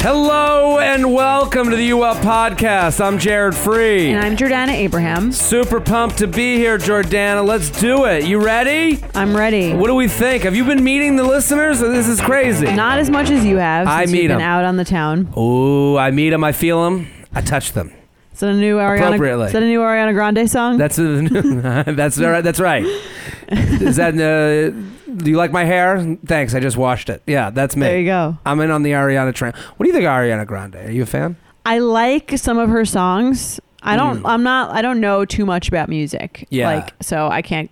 Hello and welcome to the UL Podcast. I'm Jared Free. And I'm Jordana Abraham. Super pumped to be here, Jordana. Let's do it. You ready? I'm ready. What do we think? Have you been meeting the listeners? This is crazy. Not as much as you have. I since meet you've been 'em. out on the town. Ooh, I meet them, I feel them, I touch them. Is that a new Ariana? Appropriately. Is that a new Ariana Grande song? That's a, that's all right. That's right. Is that uh, do you like my hair? Thanks, I just washed it. Yeah, that's me. there you go. I'm in on the Ariana train. What do you think of Ariana Grande? Are you a fan? I like some of her songs. I don't. Mm. I'm not. I don't know too much about music. Yeah. Like so, I can't.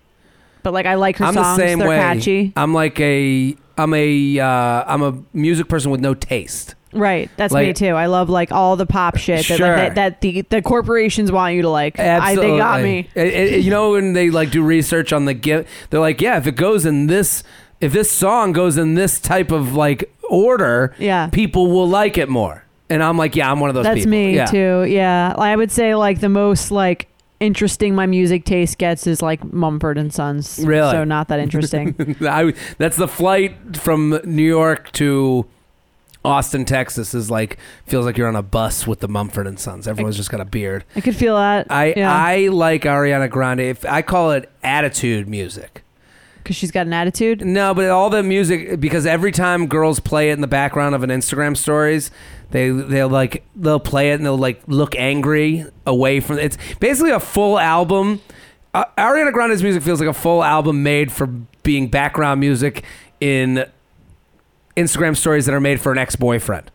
But like, I like her I'm songs. the same They're way. catchy. I'm like a I'm a uh, I'm a music person with no taste. Right. That's me Like- too. I love like all the pop shit that Sure. like, that, that the the corporations want you to like. I, they got me. It- it- you know when they like do research on the gift, they're like, yeah, if it goes in this, if this song goes in this type of like order, Yeah. people will like it more. And I'm like, yeah, I'm one of those. That's people. me Yeah. too. Yeah. I would say like the most like interesting my music taste gets is like Mumford and Sons. Really? So not that interesting. I, that's the flight from New York to Austin, Texas. Is like feels like you're on a bus with the Mumford and Sons. Everyone's just got a beard. I could feel that. I I like Ariana Grande. If I call it attitude music. because she's got an attitude. No, but all the music because every time girls play it in the background of an Instagram stories, they they'll like they'll play it and they'll like look angry away from it's basically a full album. Uh, Ariana Grande's music feels like a full album made for being background music in Instagram stories that are made for an ex-boyfriend.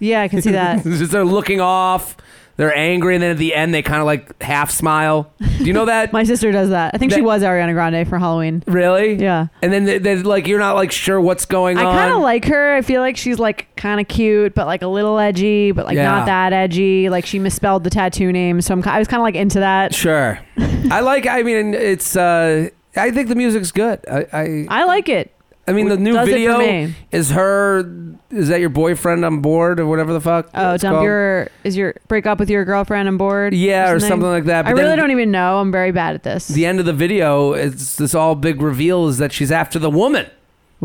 Yeah, I can see that. It's just they're looking off, they're angry, and then at the end they kind of like half smile. Do you know that? My sister does that. I think she That- was Ariana Grande for Halloween. really? Yeah. And then they, they, like you're not like sure what's going I on. kind of like her. I feel like she's like kind of cute, but like a little edgy, but like Yeah. not that edgy. Like she misspelled the tattoo name, so I'm, ki- I was kind of like into that. Sure. I like. I mean, it's. Uh, I think the music's good. I. I, I like it. I mean, the new Does it for video me. is her. Is that your boyfriend on board or whatever the fuck? Oh, it's dump called? your is your break up with your girlfriend on board? Yeah, or something like that. I really then don't even know. I'm very bad at this. The end of the video, it's this all big reveal is that she's after the woman.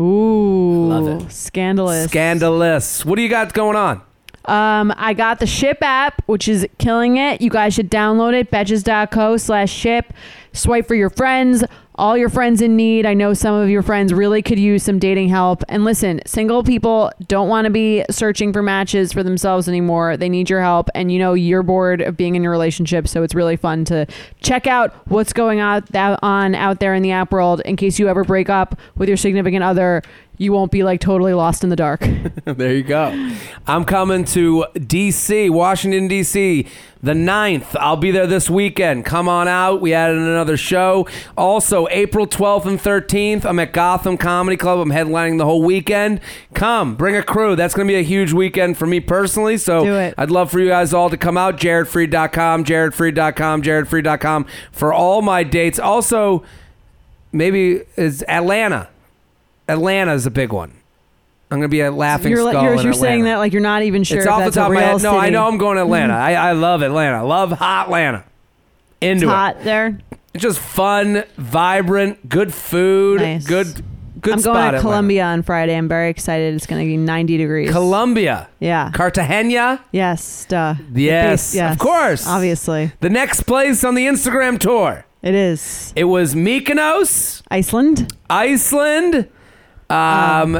Ooh, Love it. scandalous. Scandalous. What do you got going on? Um, I got the Ship app, which is killing it. You guys should download it. Betches.co slash ship. Swipe for your friends. All your friends in need. I know some of your friends really could use some dating help. And listen, single people don't want to be searching for matches for themselves anymore. They need your help. And you know, you're bored of being in your relationship. So it's really fun to check out what's going out that on out there in the app world in case you ever break up with your significant other. You won't be like totally lost in the dark. there you go. I'm coming to D.C., Washington, D.C., the 9th. I'll be there this weekend. Come on out. We added another show. Also, April 12th and 13th, I'm at Gotham Comedy Club. I'm headlining the whole weekend. Come, bring a crew. That's going to be a huge weekend for me personally. So Do it. I'd love for you guys all to come out. JaredFree.com, JaredFree.com, JaredFree.com for all my dates. Also, maybe is Atlanta. Atlanta is a big one. I'm gonna be at Laughing you're, Skull. you're, in you're saying that Atlanta. like you're not even sure. it's if off the that's top a of my real head. No, I city. Mm-hmm. know I'm going to Atlanta. I, I love Atlanta. I love hot Atlanta. It's Into it. hot there. It's just fun, vibrant, good food, Nice. good good I'm spot. going to Atlanta. Columbia on Friday. I'm very excited. It's going to be 90 degrees. Columbia. yeah. Cartagena. yes. Duh. The Yes, of course. Obviously, The next place on the Instagram tour. it is It was Mykonos, Iceland. Iceland, um,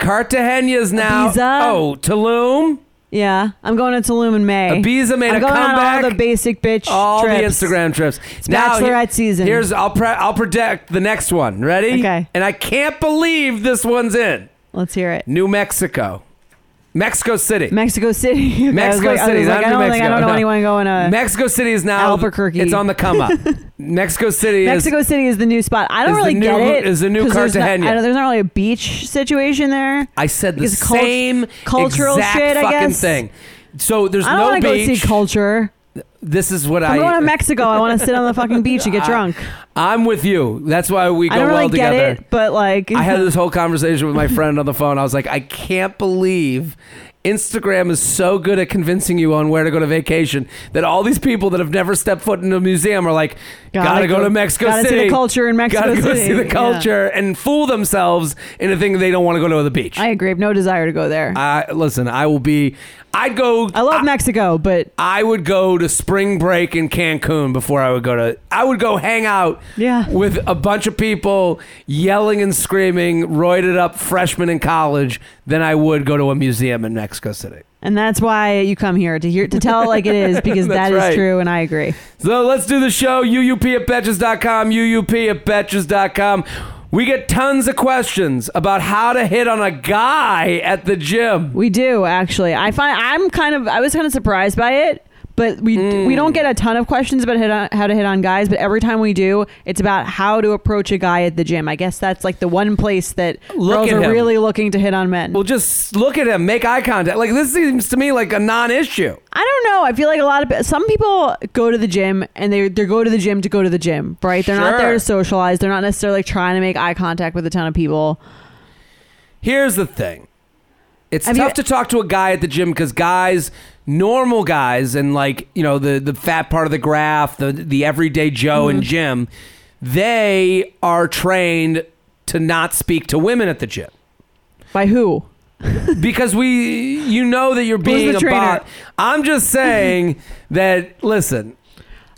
Cartagena's now. Ibiza. Oh, Tulum. Yeah, I'm going to Tulum in May. Ibiza made I'm a going on comeback. all the basic bitch all trips. the Instagram trips. It's bachelorette season. Here's I'll pre- I'll predict the next one. Ready? Okay. And I can't believe this one's in Let's hear it. New Mexico, Mexico City. Mexico City. I was Mexico like- I was City, like, not I New don't think I Mexico, don't know no. anyone going to. Mexico City is now Albuquerque. It's on the come up. Mexico City Mexico City is the new spot. I don't is the really new- get it. is the new 'cause there's not- Cartagena. I don't- there's not really a beach situation there. I said the Because cult- same cultural exact shit, I fucking guess. thing. So there's I don't no want to go see beach. culture. this is what I'm going to I. Mexico. I want to sit on the fucking beach and get drunk. I'm with you. That's why we go I don't well really get together. it, but like, I had this whole conversation with my friend on the phone. I was like, I can't believe Instagram is so good at convincing you on where to go to vacation that all these people that have never stepped foot in a museum are like, gotta, Gotta go, go- to Mexico gotta see City. the culture in Mexico Gotta go City." see the Yeah. culture and fool themselves into thinking they don't want to go to the beach. I agree. I have no desire to go there. I, I- listen, I will be. I'd go. love Mexico, but I would go to spring break in Cancun before I would go to. I would go hang out Yeah. with a bunch of people yelling and screaming, roided up freshmen in college than I would go to a museum in Mexico City. and that's why you come here to hear to tell it like it is because That's that is right. true, and I agree. So let's do the show. UUP at Betches.com, UUP at Betches.com. We get tons of questions about how to hit on a guy at the gym. We do actually. I find I'm kind of I was kind of surprised by it, but we we Mm. don't get a ton of questions about hit on, how to hit on guys, but every time we do, it's about how to approach a guy at the gym. I guess that's like the one place that Look girls at are him. really looking to hit on men. Well, just look at him, make eye contact. Like, this seems to me like a non issue. I don't know. I feel like a lot of some people go to the gym and they they go to the gym to go to the gym, right? They're not there Sure. to socialize. They're not necessarily like, trying to make eye contact with a ton of people. Here's the thing. It's Have you- tough to talk to a guy at the gym because guys, normal guys, and like you know the the fat part of the graph, the the everyday Joe Mm-hmm. and Jim, they are trained to not speak to women at the gym By who? because we you know that you're being the a trainer? bot. I'm just saying that. Listen,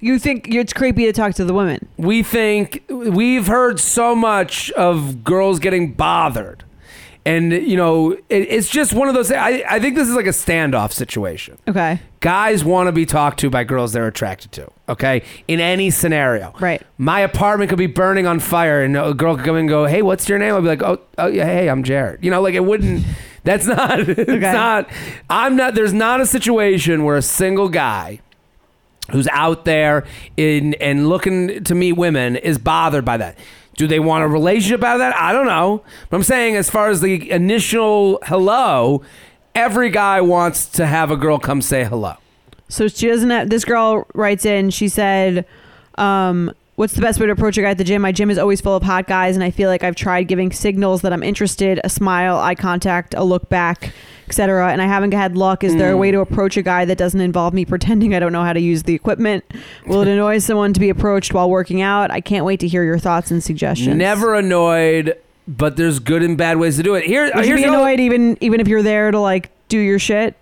You think it's creepy to talk to the women? we think we've heard so much of girls getting bothered and you know it, it's just one of those I, I think this is like a standoff situation Okay, guys want to be talked to by girls they're attracted to okay in any scenario Right. my apartment could be burning on fire and a girl could come in and go hey what's your name i'd be like oh, oh yeah hey i'm jared you know like it wouldn't that's not it's not i'm not there's not a situation where a single guy who's out there in and looking to meet women is bothered by that. Do they want a relationship out of that? I don't know. But I'm saying as far as the initial hello, every guy wants to have a girl come say hello. so she doesn't. Have, this girl writes in. She said, um, "What's the best way to approach a guy at the gym? My gym is always full of hot guys, and I feel like I've tried giving signals that I'm interested, a smile, eye contact, a look back." Etc. And I haven't had luck. Is there a way to Mm. approach a guy that doesn't involve me pretending I don't know how to use the equipment? Will it annoy someone to be approached while working out? I can't wait to hear your thoughts and suggestions. Never annoyed, but there's good and bad ways to do it. Here, Would you here's be the other- annoyed even even if you're there to like do your shit?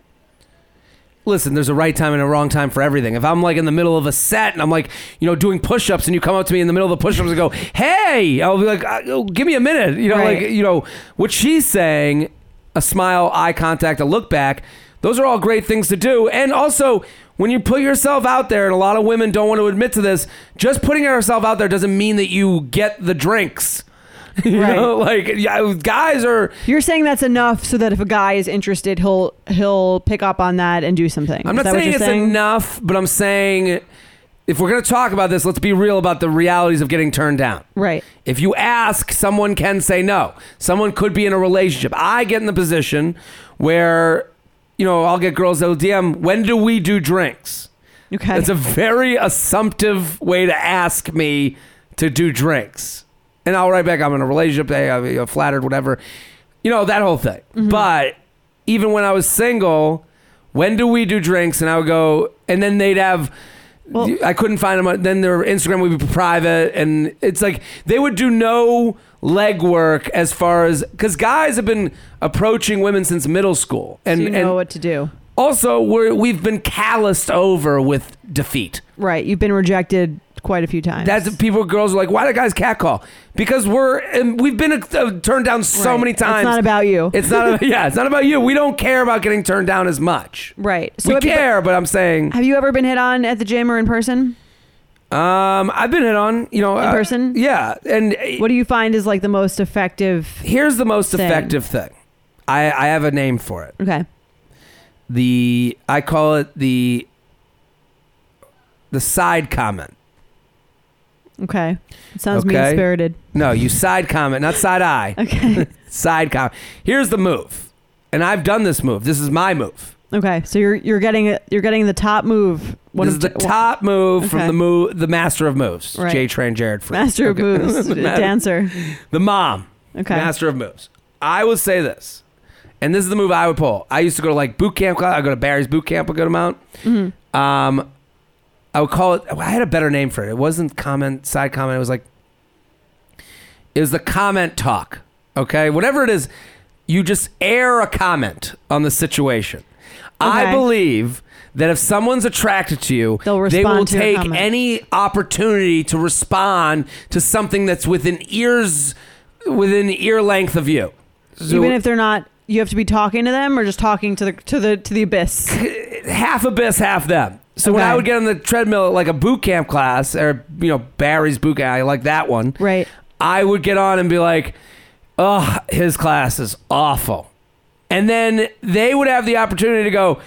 listen, there's a right time and a wrong time for everything. If I'm like in the middle of a set and I'm like, you know, doing push ups and you come up to me in the middle of the push ups and go, hey, I'll be like, uh, oh, give me a minute. You know, Right. like, you know, what she's saying, a smile, eye contact, a look back, those are all great things to do. And also, when you put yourself out there, and a lot of women don't want to admit to this, just putting yourself out there doesn't mean that you get the drinks. You Right. know, like yeah, guys are You're saying that's enough so that if a guy is interested, he'll he'll pick up on that and do something. I'm not Is that what saying you're it's enough, but I'm saying if we're going to talk about this, let's be real about the realities of getting turned down. Right. If you ask, someone can say no. Someone could be in a relationship. I get in the position where, you know, I'll get girls that'll DM, when do we do drinks? Okay. That's a very assumptive way to ask me to do drinks. And I'll write back, I'm in a relationship, hey, I'm you know, flattered, whatever. You know, that whole thing. Mm-hmm. But even when I was single, when do we do drinks? And I would go, and then they'd have. I couldn't find them. on- Then their Instagram would be private, and it's like they would do no legwork as far as because guys have been approaching women since middle school, and so you know and what to do. also we're, we've been calloused over with defeat. Right. You've been rejected quite a few times. That's people, girls are like, why do guys catcall? Because we're and we've been uh, turned down so Right. many It's times. not about you. It's not. yeah, it's not about you. We don't care about getting turned down as much. right. we have you- care, but I'm saying, have you ever been hit on at the gym or in person? um, I've been hit on. You know, in person? Yeah, and uh, What do you find is like the most effective? here's the most Thing. effective thing. I I have a name for it. Okay. The I call it the the side comment. Okay. It sounds Okay. mean spirited. No, you side comment, not side eye. Okay. Side comment. Here's the move, and I've done this move. This is my move. okay. So you're you're getting you're getting the top move. this is the J- top move from Okay. the move, the master of moves, Right. J. Train Jared Freed. master of Okay. moves The ma- dancer. the mom, Okay. master of moves. I would say this, and this is the move I would pull. I used to go to like boot camp. class. I go to Barry's boot camp a good amount. Mhm. Um, I would call it. I had a better name for it. It wasn't comment side comment. It was like it was the comment talk. Okay, whatever it is, you just air a comment on the situation. I Okay. believe that if someone's attracted to you, They'll they respond will to your take comment. any opportunity to respond to something that's within ears, within ear length of you. So Even if they're not, you have to be talking to them or just talking to the to the to the abyss. half abyss, half them. So when Okay. I would get on the treadmill at like a boot camp class or you know Barry's boot camp, I like that one. right. I would get on and be like, "Oh, his class is awful," and then they would have the opportunity to go,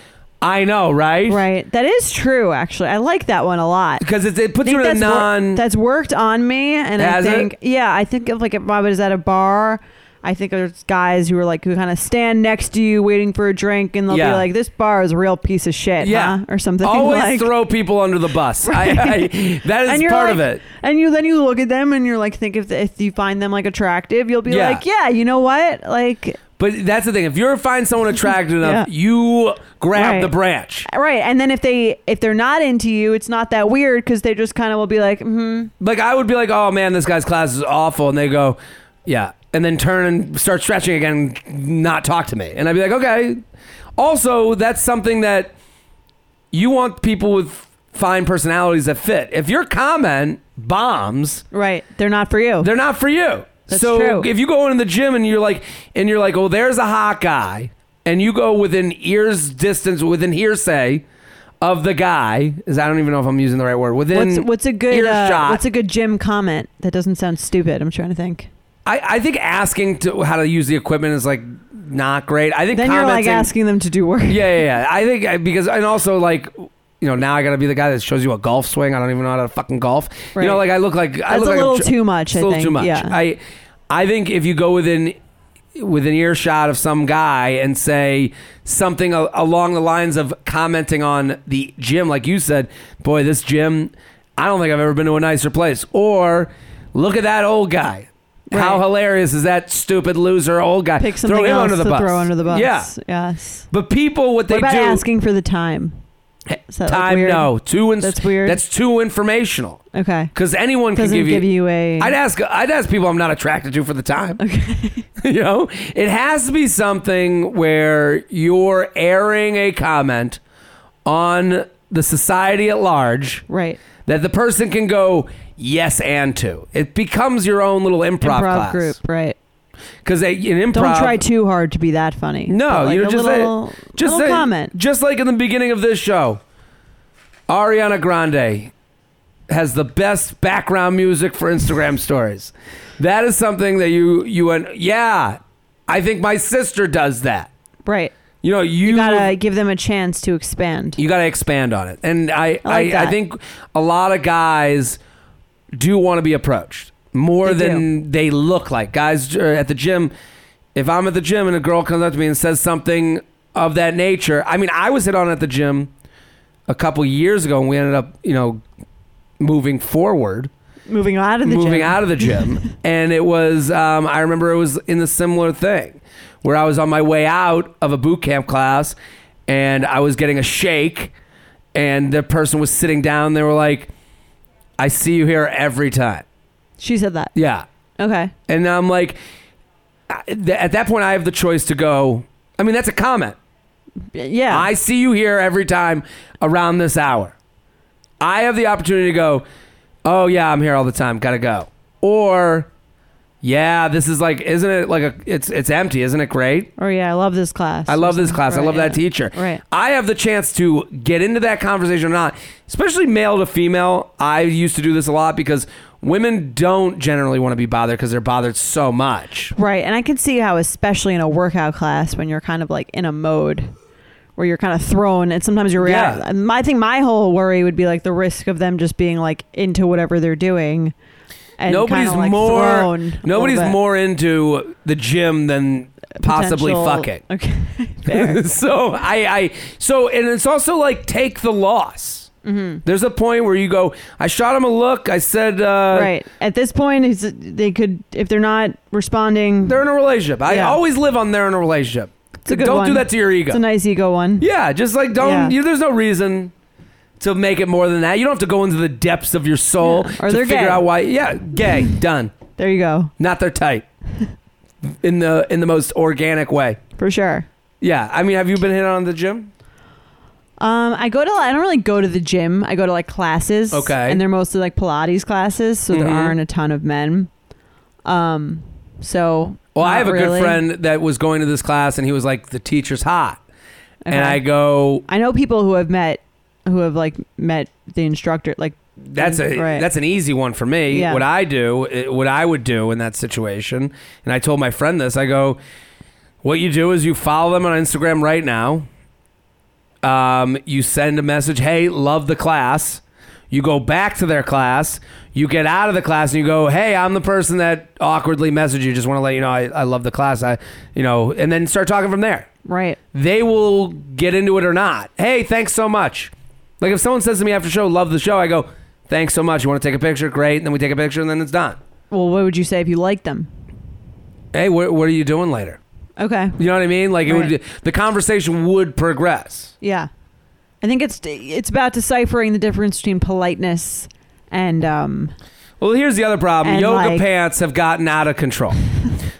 "I know, right?" Right. That is true. Actually, I like that one a lot. Because it, it puts think you in a that's wor- non. that's worked on me, and I Has it? think yeah, I think of like if I was at a bar, I think there's guys who are like who kind of stand next to you waiting for a drink, and they'll Yeah. be like, "This bar is a real piece of shit," Yeah. huh? or something Always like. throw people under the bus. Right. I, I, that And is you're part like- of it. and you then you look at them and you're like, think if if you find them like attractive, you'll be Yeah. like, yeah, you know what, like But that's the thing. If you find someone attractive enough, Yeah. you grab Right. the branch. right. And then if they if they're not into you, it's not that weird because they just kind of will be like, hmm, Like I would be like, "Oh man, this guy's class is awful," and they go, "Yeah," and then turn and start stretching again, and not talk to me, and I'd be like, "Okay." Also, that's something that you want people with fine personalities that fit. If your comment bombs, right, they're not for you. they're not for you. That's so true. if you go into the gym and you're like, and you're like, "Oh, there's a hot guy," and you go within ears distance, within hearsay. Of the guy is I don't even know if I'm using the right word. Within What's, what's a good uh, earshot. what's a good gym comment that doesn't sound stupid? I'm trying to think. I, I think asking to how to use the equipment is like not great. I think Then you're like commenting- asking them to do work. Yeah, yeah, yeah. I think I, because and also like you know now I got to be the guy that shows you a golf swing. I don't even know how to fucking golf. You know, Right. like I look like I That's look a like I'm little tr- too much. it's a I little think. too much. Yeah. I I think if you go within within earshot of some guy and say something a- along the lines of commenting on the gym, like you said, boy, this gym, I don't think I've ever been to a nicer place. Or look at that old guy. How Right. hilarious is that stupid loser old guy? Pick something throw him else under the to bus. throw under the bus. Yeah, Yes. but people, what they what about do, asking for the time? Is that, like, time weird? no too. In, That's weird. That's too informational Okay. because anyone Doesn't can give you. a. I'd ask. I'd ask people I'm not attracted to for the time. Mm-hmm. okay. you know it has to be something where you're airing a comment on the society at large right. that the person can go yes and to it becomes your own little improv, class group. Right. because an improv Don't try too hard to be that funny. No, But, like, you're a just a- little, just little like- comment. just like in the beginning of this show ariana grande has the best background music for instagram stories that is something that you you went yeah i think my sister does that Right. you know you, You, gotta give them a chance to expand. you gotta expand on it and i I like I, I, that. think a lot of guys do want to be approached more They than they look like guys uh, at the gym if i'm at the gym and a girl comes up to me and says something of that nature i mean i was hit on at the gym a couple years ago and we ended up you know moving forward Moving out of the moving gym. out of the gym and it was um, i remember it was in the similar thing where i was on my way out of a boot camp class and i was getting a shake and the person was sitting down they were like i see you here every time She said that. yeah Okay. and i'm like I- th- at that point i have the choice to go i mean that's a comment Yeah. I see you here every time around this hour. I have the opportunity to go, oh, yeah, I'm here all the time. Gotta go. Or, yeah, this is like, isn't it like a, it's, it's empty. Isn't it great? or Oh, yeah, I love this class. I or love this something. class. I Right, love that yeah. teacher. Right. I have the chance to get into that conversation or not, especially male to female. I used to do this a lot because women don't generally want to be bothered because they're bothered so much. Right. And I can see how, especially in a workout class, when you're kind of like in a mode where you're kind of thrown and sometimes you're react- Yeah. my- I think my whole worry would be like the risk of them just being like into whatever they're doing. And nobody's kinda, like, more thrown a little nobody's bit. more into the gym than possibly Potential- fucking. Okay, fair. so I, I so and it's also like take the loss. Mm-hmm. There's a point where you go. I shot him a look. I said, uh, right. At this point, it's, they could if they're not responding. They're in a relationship. I Yeah. always live on they're in a relationship. a good don't do one. that to your ego. it's a nice ego one. yeah, just like don't. Yeah. You, there's no reason to make it more than that. You don't have to go into the depths of your soul Yeah. Or to they're figure gay. out why. Yeah, gay. done. There you go. Not their type. In the in the most organic way. For sure. Yeah, I mean, have you been hit on in the gym? Um, I go to I don't really go to the gym. I go to like classes. Okay. And they're mostly like Pilates classes, so there Mhm. aren't a ton of men. Um, so Well, I not have a really. good friend that was going to this class, and he was like, "The teacher's hot," and Okay. I go, I know people who have met who have like met the instructor like "That's a Right. that's an easy one for me." Yeah. What I do, it- what I would do in that situation, and I told my friend this. I go, "What you do is you follow them on Instagram right now. Um, you send a message, "Hey, love the class." You go back to their class. You get out of the class and you go, "Hey, I'm the person that awkwardly messaged you. Just want to let you know I, I love the class. I, you know," and then start talking from there. right. they will get into it or not. Hey, thanks so much. Like if someone says to me after show, love the show, I go, thanks so much. You want to take a picture? Great. And then we take a picture and then it's done. Well, what would you say if you liked them? Hey, wh- what are you doing later? Okay. You know what I mean? Like it would, Right. the conversation would progress. Yeah. I think it's it's about deciphering the difference between politeness and um Well, here's the other problem: And, yoga like- pants have gotten out of control.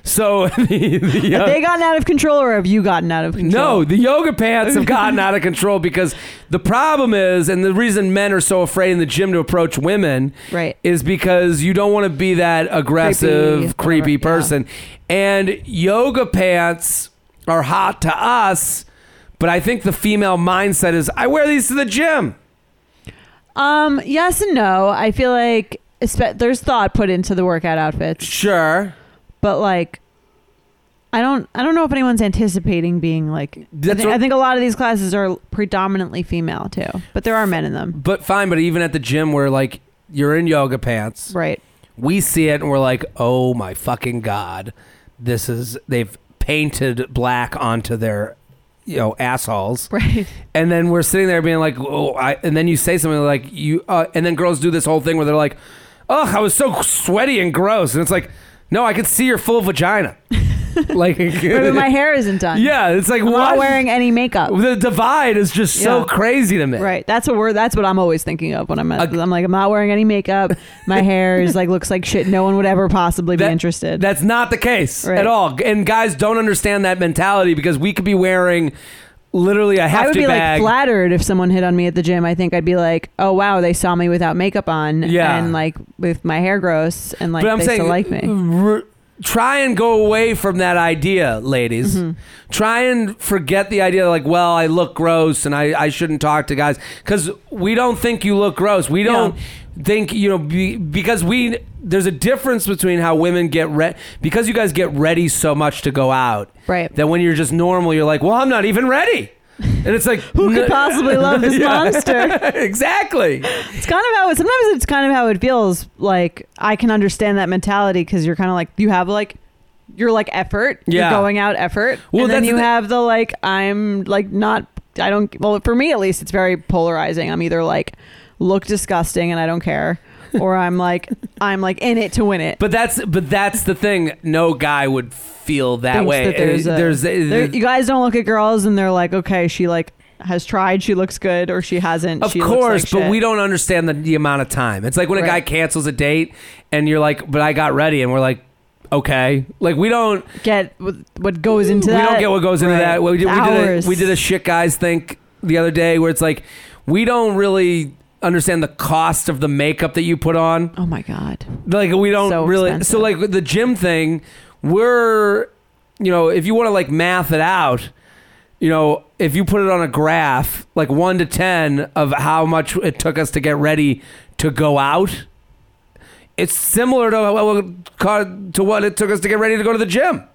so the, the, uh, have they gotten out of control or have you gotten out of control? No, the yoga pants have gotten out of control because the problem is, and the reason men are so afraid in the gym to approach women, Right. is because you don't want to be that aggressive, creepy, Creepy, whatever, yeah. person. And yoga pants are hot to us, but I think the female mindset is, I wear these to the gym. Um, yes and no. I feel like espe- there's thought put into the workout outfits, Sure, but like, I don't, I don't know if anyone's anticipating being like. I That's thi- what- I think a lot of these classes are predominantly female too, but there are men in them, but fine. But even at the gym, where like you're in yoga pants, right? we see it and we're like, oh my fucking god, this is they've painted black onto their you know assholes, Right. and then we're sitting there being like, oh, I, and then you say something like you, uh, and then girls do this whole thing where they're like, ugh, I was so sweaty and gross, and it's like, no, I could see your full vagina, like, but my hair isn't done. yeah, it's like I'm what not wearing any makeup. the divide is just so Yeah. crazy to me, Right. That's what we're. That's what I'm always thinking of when I'm. At, I'm like, I'm not wearing any makeup. My hair is like looks like shit. No one would ever possibly be That- interested. That's not the case Right. at all. And guys don't understand that mentality because we could be wearing literally a hefty I would be bag. like flattered if someone hit on me at the gym. I think I'd be like, oh wow, they saw me without makeup on, Yeah. and like with my hair gross, and like but I'm they saying, mm. still like me. r- try and go away from that idea, ladies. Mm-hmm. Try and forget the idea, like, well, I look gross and I, I shouldn't talk to guys because we don't think you look gross. We don't think you know be, because we there's a difference between how women get ready because you guys get ready so much to go out. Right. That when you're just normal, you're like, well, I'm not even ready. And it's like, Who could possibly love this monster? exactly. It's kind of how it. Sometimes it's kind of how it feels. Like I can understand that mentality because you're kind of like you have like. You're like effort. Yeah. You're going out effort. Well, and then that's you the- have the like I'm like not I don't well for me at least it's very polarizing. I'm either like look disgusting and I don't care or I'm like I'm like in it to win it. But that's but that's the thing. No guy would feel that thinks way. uh, that there's a- there- you guys don't look at girls and they're like, okay, she like has tried, she looks good, or she hasn't. of she looks course, like but shit. we don't understand the, the amount of time. It's like when a guy Right. cancels a date and you're like, "But I got ready," and we're like, "Okay." Like we don't get what- what goes into we that. don't get what goes into Right. that. We did, we, did Hours. a, we did a shit guys think the other day where it's like we don't really understand the cost of the makeup that you put on. Oh my god! like we don't So really so expensive. like with the gym thing we're you know if you want to like math it out you know if you put it on a graph like 1 to 10 of how much it took us to get ready to go out it's similar to to what it took us to get ready to go to the gym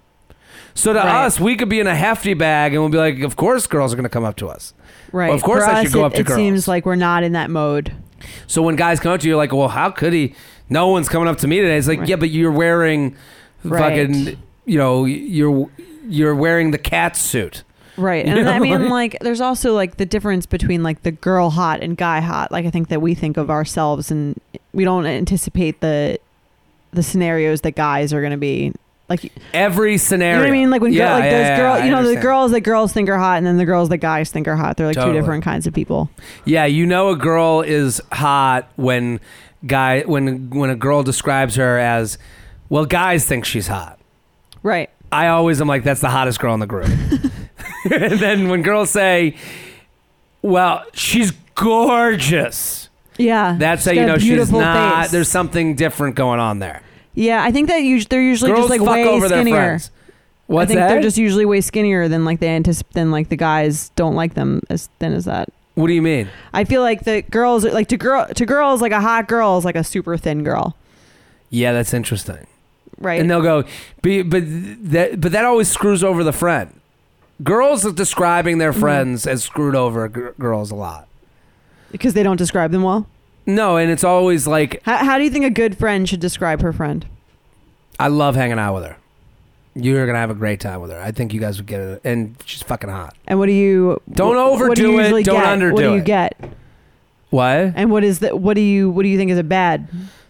So to Right. us, we could be in a hefty bag and we'll be like, of course, girls are going to come up to us. Right. Well, of course For I should us, go it, up to it girls. seems like we're not in that mode. So when guys come up to you, you're like, well, how could he? No one's coming up to me today. It's like, Right. yeah, but you're wearing Right. fucking, you know, you're you're wearing the cat suit. Right. You And know, I mean, like- like, there's also like the difference between like the girl hot and guy hot. Like, I think that we think of ourselves and we don't anticipate the the scenarios that guys are going to be like. You Every scenario. know what I mean? Like when yeah, girl, like yeah, those yeah, girl, I you know, the understand. girls that girls think are hot and then the girls that guys think are hot. They're like Totally. two different kinds of people. Yeah, you know a girl is hot when guy when when a girl describes her as well guys think she's hot. Right. I always am like that's the hottest girl in the group. and then when girls say well she's gorgeous. Yeah. That's how She's you got a know she's beautiful not face. there's something different going on there. Yeah, I think that us- they're usually girls just like fuck way over their skinnier. friends. What's I think that? they're just usually way skinnier than like they anticipate than like the guys don't like them as thin as that. what do you mean? I feel like the girls are- like to girl to girls like a hot girl is like a super thin girl, Yeah, that's interesting. right? and they'll go, but, but that but that always screws over the friend. Girls are describing Mm-hmm. their friends as screwed over gr- girls a lot. because they don't describe them well. No, and it's always like How, how do you think a good friend should describe her friend? I love hanging out with her. You're gonna have a great time with her. I think you guys would get it, and she's fucking hot. And what do you Don't wh- what do you overdo it, usually don't get? underdo What do you it. get? What And what is that? What do you what do you think is a bad?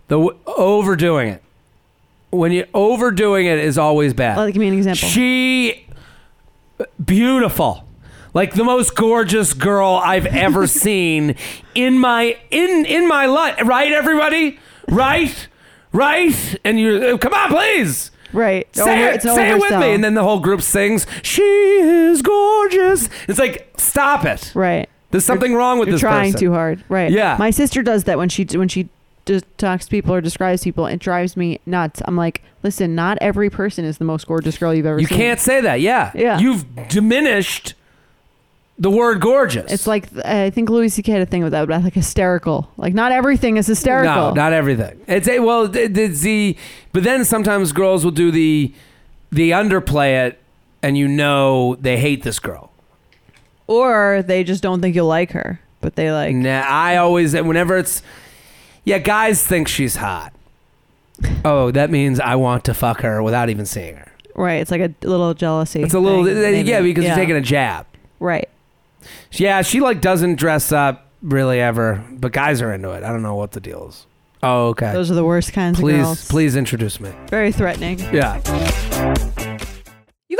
the w- overdoing it? When you're overdoing it is always bad. Like, give me an example. She beautiful. Like the most gorgeous girl I've ever seen in my in in my life, right everybody? Right? Right? And you oh, come on, please. right. Say Over- it, it's say it with oversell. me. And then the whole group sings, "She is gorgeous." It's like, "Stop it. right. There's something wrong with You're this trying person." too hard, right? Yeah. My sister does that when she when she d- talks to people or describes people. It drives me nuts. I'm like, listen, not every person is the most gorgeous girl you've ever You seen. can't say that. Yeah. Yeah. You've diminished the word gorgeous. It's like I think Louis C.K. had a thing with that, but like hysterical. Like not everything is No, hysterical. not everything. It's a, well, th- th- it's the but then sometimes girls will do the the underplay it, and you know they hate this girl. or they just don't think you'll like her, but they like. Nah, I always whenever it's yeah, guys think she's hot. Oh, that means I want to fuck her without even seeing her. Right. It's like a little jealousy. It's a little thing, maybe. yeah because you're taking a jab. right. Yeah, she like doesn't dress up really ever, but guys are into it. I don't know what the deal is. Oh, okay. Those are the worst kinds of please, girls. please introduce me. Very threatening. Yeah. You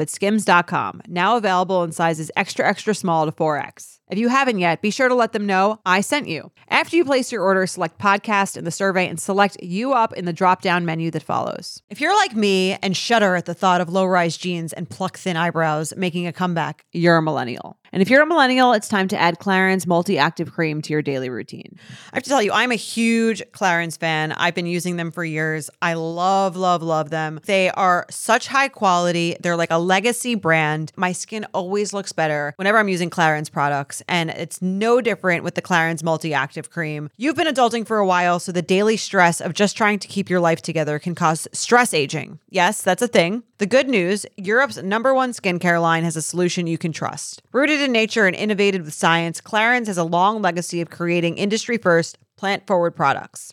at skims.com, now available in sizes extra, extra small to 4X. If you haven't yet, be sure to let them know I sent you. After you place your order, select podcast in the survey and select you up in the drop down menu that follows. If you're like me and shudder at the thought of low rise jeans and pluck thin eyebrows making a comeback, you're a millennial. And if you're a millennial, it's time to add Clarins Multi Active Cream to your daily routine. I have to tell you, I'm a huge Clarins fan. I've been using them for years. I love, love, love them. They are such high quality. They're like a legacy brand. My skin always looks better whenever I'm using Clarins products, and it's no different with the Clarins Multi Active Cream. You've been adulting for a while, so the daily stress of just trying to keep your life together can cause stress aging. Yes, that's a thing. The good news Europe's number one skincare line has a solution you can trust. Rooted in nature and innovated with science, Clarins has a long legacy of creating industry first plant forward products.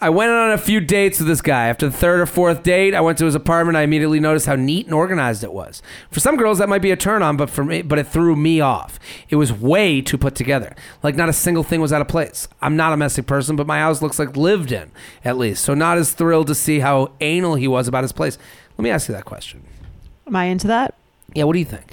I went on a few dates with this guy. After the third or fourth date, I went to his apartment. I immediately noticed how neat and organized it was. For some girls, that might be a turn on, but for me, but it threw me off. It was way too put together. Like not a single thing was out of place. I'm not a messy person, but my house looks like lived in, at least. So not as thrilled to see how anal he was about his place. Let me ask you that question. Am I into that? Yeah, what do you think?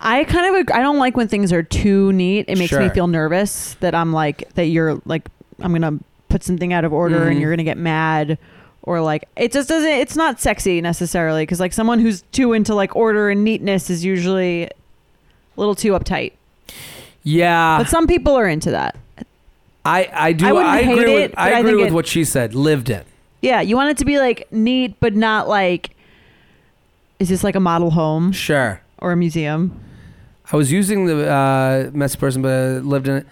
I kind of ag- I don't like when things are too neat. It makes me Sure. feel nervous that I'm like that you're like I'm gonna put something out of order Mhm. and you're gonna get mad or like it just doesn't. It's not sexy necessarily because like someone who's too into like order and neatness is usually a little too uptight. Yeah, But some people are into that. I I do. I wouldn't hate agree with it, I but I agree think with it- what she said. Lived in. Yeah, you want it to be like neat but not like. Is this like a model home Sure. or a museum? I was using the uh, messy person, but I lived in it.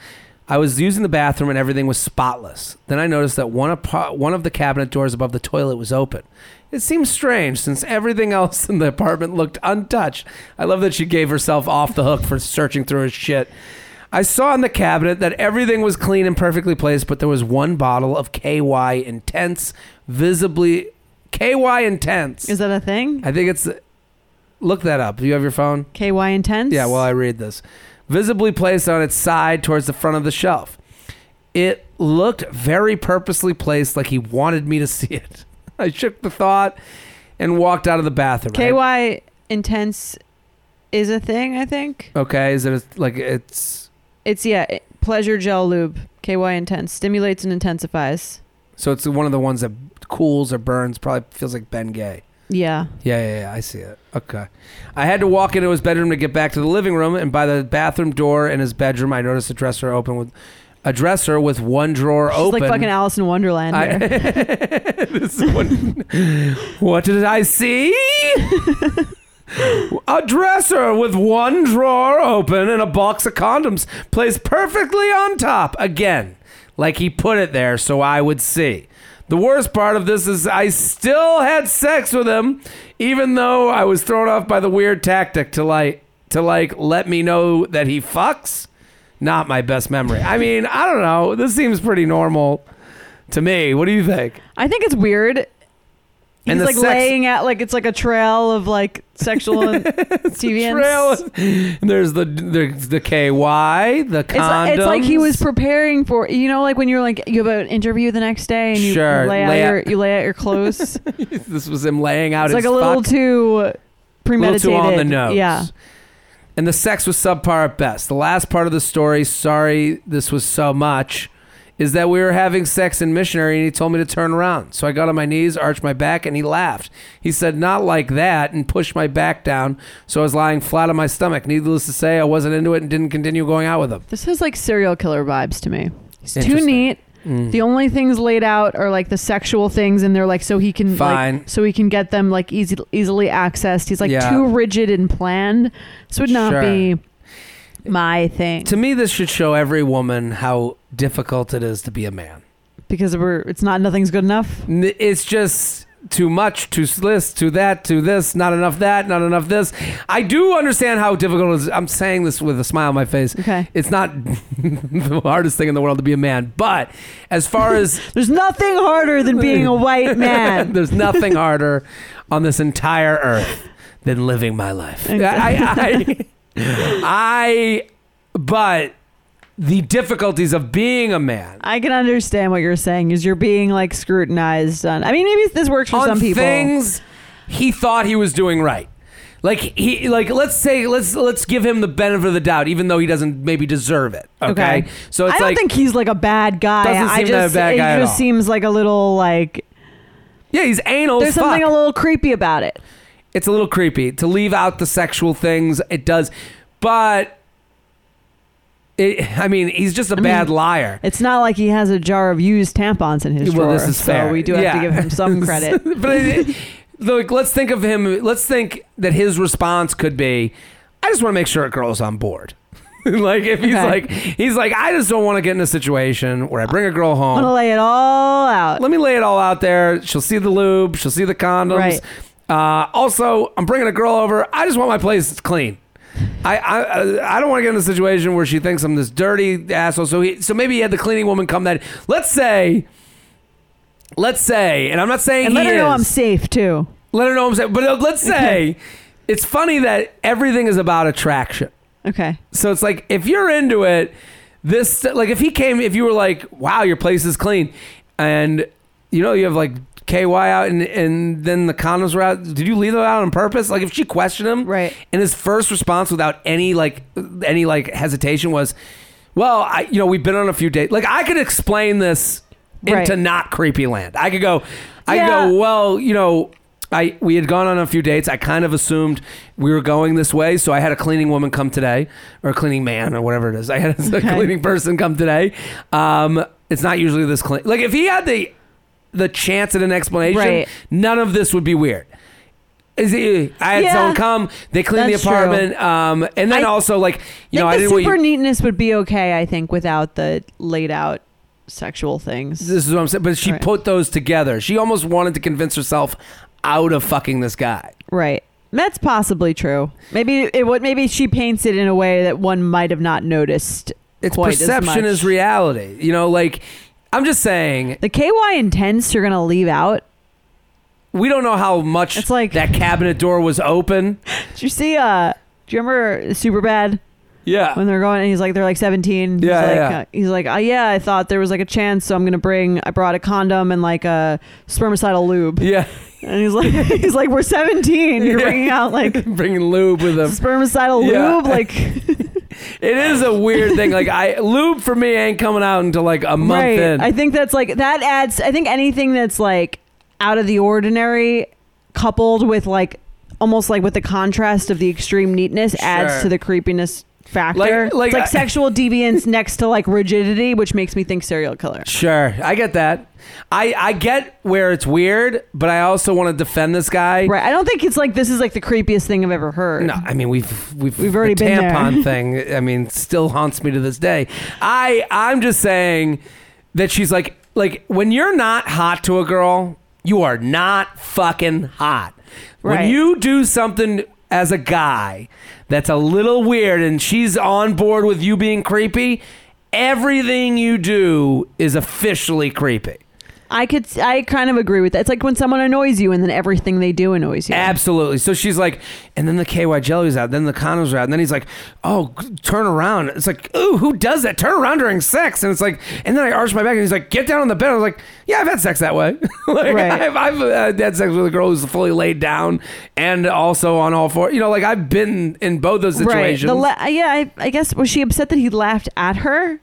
I was using the bathroom and everything was spotless. Then I noticed that one apart, one of the cabinet doors above the toilet was open. It seemed strange since everything else in the apartment looked untouched. I love that she gave herself off the hook for searching through his shit. I saw in the cabinet that everything was clean and perfectly placed, but there was one bottle of KY Intense, visibly KY Intense. Is that a thing? I think it's. Look that up. Do you have your phone? KY intense. Yeah, while I read this. Visibly placed on its side towards the front of the shelf. It looked very purposely placed, like he wanted me to see it. I shook the thought and walked out of the bathroom. KY intense is a thing, I think. Okay, is it a, like it's It's yeah, it- pleasure gel lube. KY intense stimulates and intensifies. so it's one of the ones that cools or burns. Probably feels like Ben Gay. Yeah. Yeah, yeah, yeah. I see it. Okay. I had to walk into his bedroom to get back to the living room, and by the bathroom door in his bedroom, I noticed a dresser open with a dresser with one drawer She's open. like fucking Alice in Wonderland. I- here. This is what, what did I see? a dresser with one drawer open and a box of condoms placed perfectly on top. Again, like he put it there so I would see. The worst part of this is I still had sex with him, even though I was thrown off by the weird tactic to like to like let me know that he fucks. Not my best memory. I mean, I don't know. This seems pretty normal to me. What do you think? I think it's weird. He's And the like sex- laying out like it's like a trail of like sexual and deviance. Trail is- There's the the the KY, the It's, condoms. like, it's like he was preparing for you know like when you're like you have an interview the next day and you, you Sure, lay, out lay out- your you lay out your clothes. it's this was him laying out. like his a little fuck. too premeditated. little too on the nose. Yeah. And the sex was subpar at best. The last part of the story, sorry this was so much, is that we were having sex in missionary and he told me to turn around. So I got on my knees, arched my back, and he laughed. He said, not like that, and pushed my back down. So I was lying flat on my stomach. Needless to say, I wasn't into it and didn't continue going out with him. This has like serial killer vibes to me. It's too Interesting. Mm. neat. The only things laid out are like the sexual things, and they're like so he can like, Fine. so he can get them like easy easily accessed. He's like Yeah. too rigid and planned. This would not Sure. be my thing To me, this should show every woman how difficult it is to be a man. because we're it's not nothing's good enough. N- It's just too much, too this, too that, too this, not enough that, not enough this. I do understand how difficult it is. I'm saying this with a smile on my face. Okay, It's not the hardest thing in the world to be a man, but as far as there's nothing harder than being a white man. there's nothing harder on this entire earth than living my life. I, I, I, I- but the difficulties of being a man. I can understand what you're saying is you're being like scrutinized on. I mean, maybe this works for on some people. things he thought he was doing right. Like he like let's say let's let's give him the benefit of the doubt, even though he doesn't maybe deserve it. Okay, so it's I don't like think he's like a bad guy. Doesn't I seem to just be a bad it guy at just all. seems like a little like yeah, he's anal. there's as fuck. something a little creepy about it. it's a little creepy to leave out the sexual things. It does, but it, I mean, he's just a bad liar. It's not like he has a jar of used tampons in his well, drawer. this is so fair. we do have to Yeah. give him some credit. but it, look, let's think of him. Let's think that his response could be, "I just want to make sure a girl's on board." like if he's Okay. like, he's like, "I just don't want to get in a situation where I bring a girl I'm gonna home. lay it all out. Let me lay it all out there. She'll see the lube. She'll see the condoms. Right. Uh, also, I'm bringing a girl over. I just want my place clean." I, I I- I don't want to get in a situation where she thinks I'm this dirty asshole. So he so maybe he had the cleaning woman come that. Let's say, let's say, and I'm not saying And he let her know is. I'm safe too. Let her know what I'm saying. But uh, let's say it's funny that everything is about attraction. Okay. So it's like if you're into it, this like if he came, if you were like, "Wow, your place is clean," and you know you have like KY out, and and then the condoms were out. Did you leave them out on purpose? Like if she questioned him, Right. And his first response without any like any like hesitation was, "Well, I you know we've been on a few dates. Like I could explain this Right. into not creepy land. I could go, I Yeah. could go. Well, you know." I we had gone on a few dates. I kind of assumed we were going this way, so I had a cleaning woman come today, or a cleaning man, or whatever it is. I had a Okay. cleaning person come today. Um, it's not usually this clean. Like if he had the the chance at an explanation, Right. none of this would be weird. Is it, I had Yeah. someone come. They cleaned That's the true. apartment, um, and then I- also like you know I like didn't the want you- super neatness would be okay, I think, without the laid out sexual things. This is what I'm saying. But she Right. put those together. She almost wanted to convince herself out of fucking this guy. Right. That's possibly true. Maybe it would. Maybe she paints it in a way that one might have not noticed. It's quite as perception much. is reality. You know, like I'm just saying, The KY intense you're gonna leave out. we don't know how much It's like- that cabinet door was open. Did you see? Uh, do you remember Superbad Yeah. when they're going? And he's like, they're like 17. Yeah, he's like, yeah. uh, he's like, oh yeah, I thought there was like a chance, so I'm gonna bring. I brought a condom and like a spermicidal lube. Yeah. And he's like, he's like, we're 17. You're Yeah. bringing out like Bringing lube with them. spermicidal Yeah. lube, like. It is a weird thing. Like I lube for me ain't coming out until like a month right. in. I think that's like that adds. I think anything that's like out of the ordinary, coupled with like almost like with the contrast of the extreme neatness, adds Sure. to the creepiness factor. Like- like it's like I- sexual deviance next to like rigidity, which makes me think serial killer. Sure, I get that. I I get where it's weird, but I also want to defend this guy. Right. I don't think it's like this is like the creepiest thing I've ever heard. No, I mean we've we've We've already the been there. tampon thing. I mean, still haunts me to this day. I I'm just saying that she's like like when you're not hot to a girl, you are not fucking hot. Right. When you do something as a guy that's a little weird and she's on board with you being creepy, everything you do is officially creepy. I could. I kind of agree with that. It's like when someone annoys you, and then everything they do annoys you. Absolutely. So she's like, and then the KY jelly's out, then the condoms are out, and then he's like, oh, g- turn around. It's like, ooh, who does that? Turn around during sex. And it's like, and then I arched my back, and he's like, get down on the bed. I was like, yeah, I've had sex that way. like, Right. I've, I've uh, had sex with a girl who's fully laid down and also on all four. You know, like I've been in both those Right. situations. The la- uh, yeah, I, I guess was she upset that he laughed at her,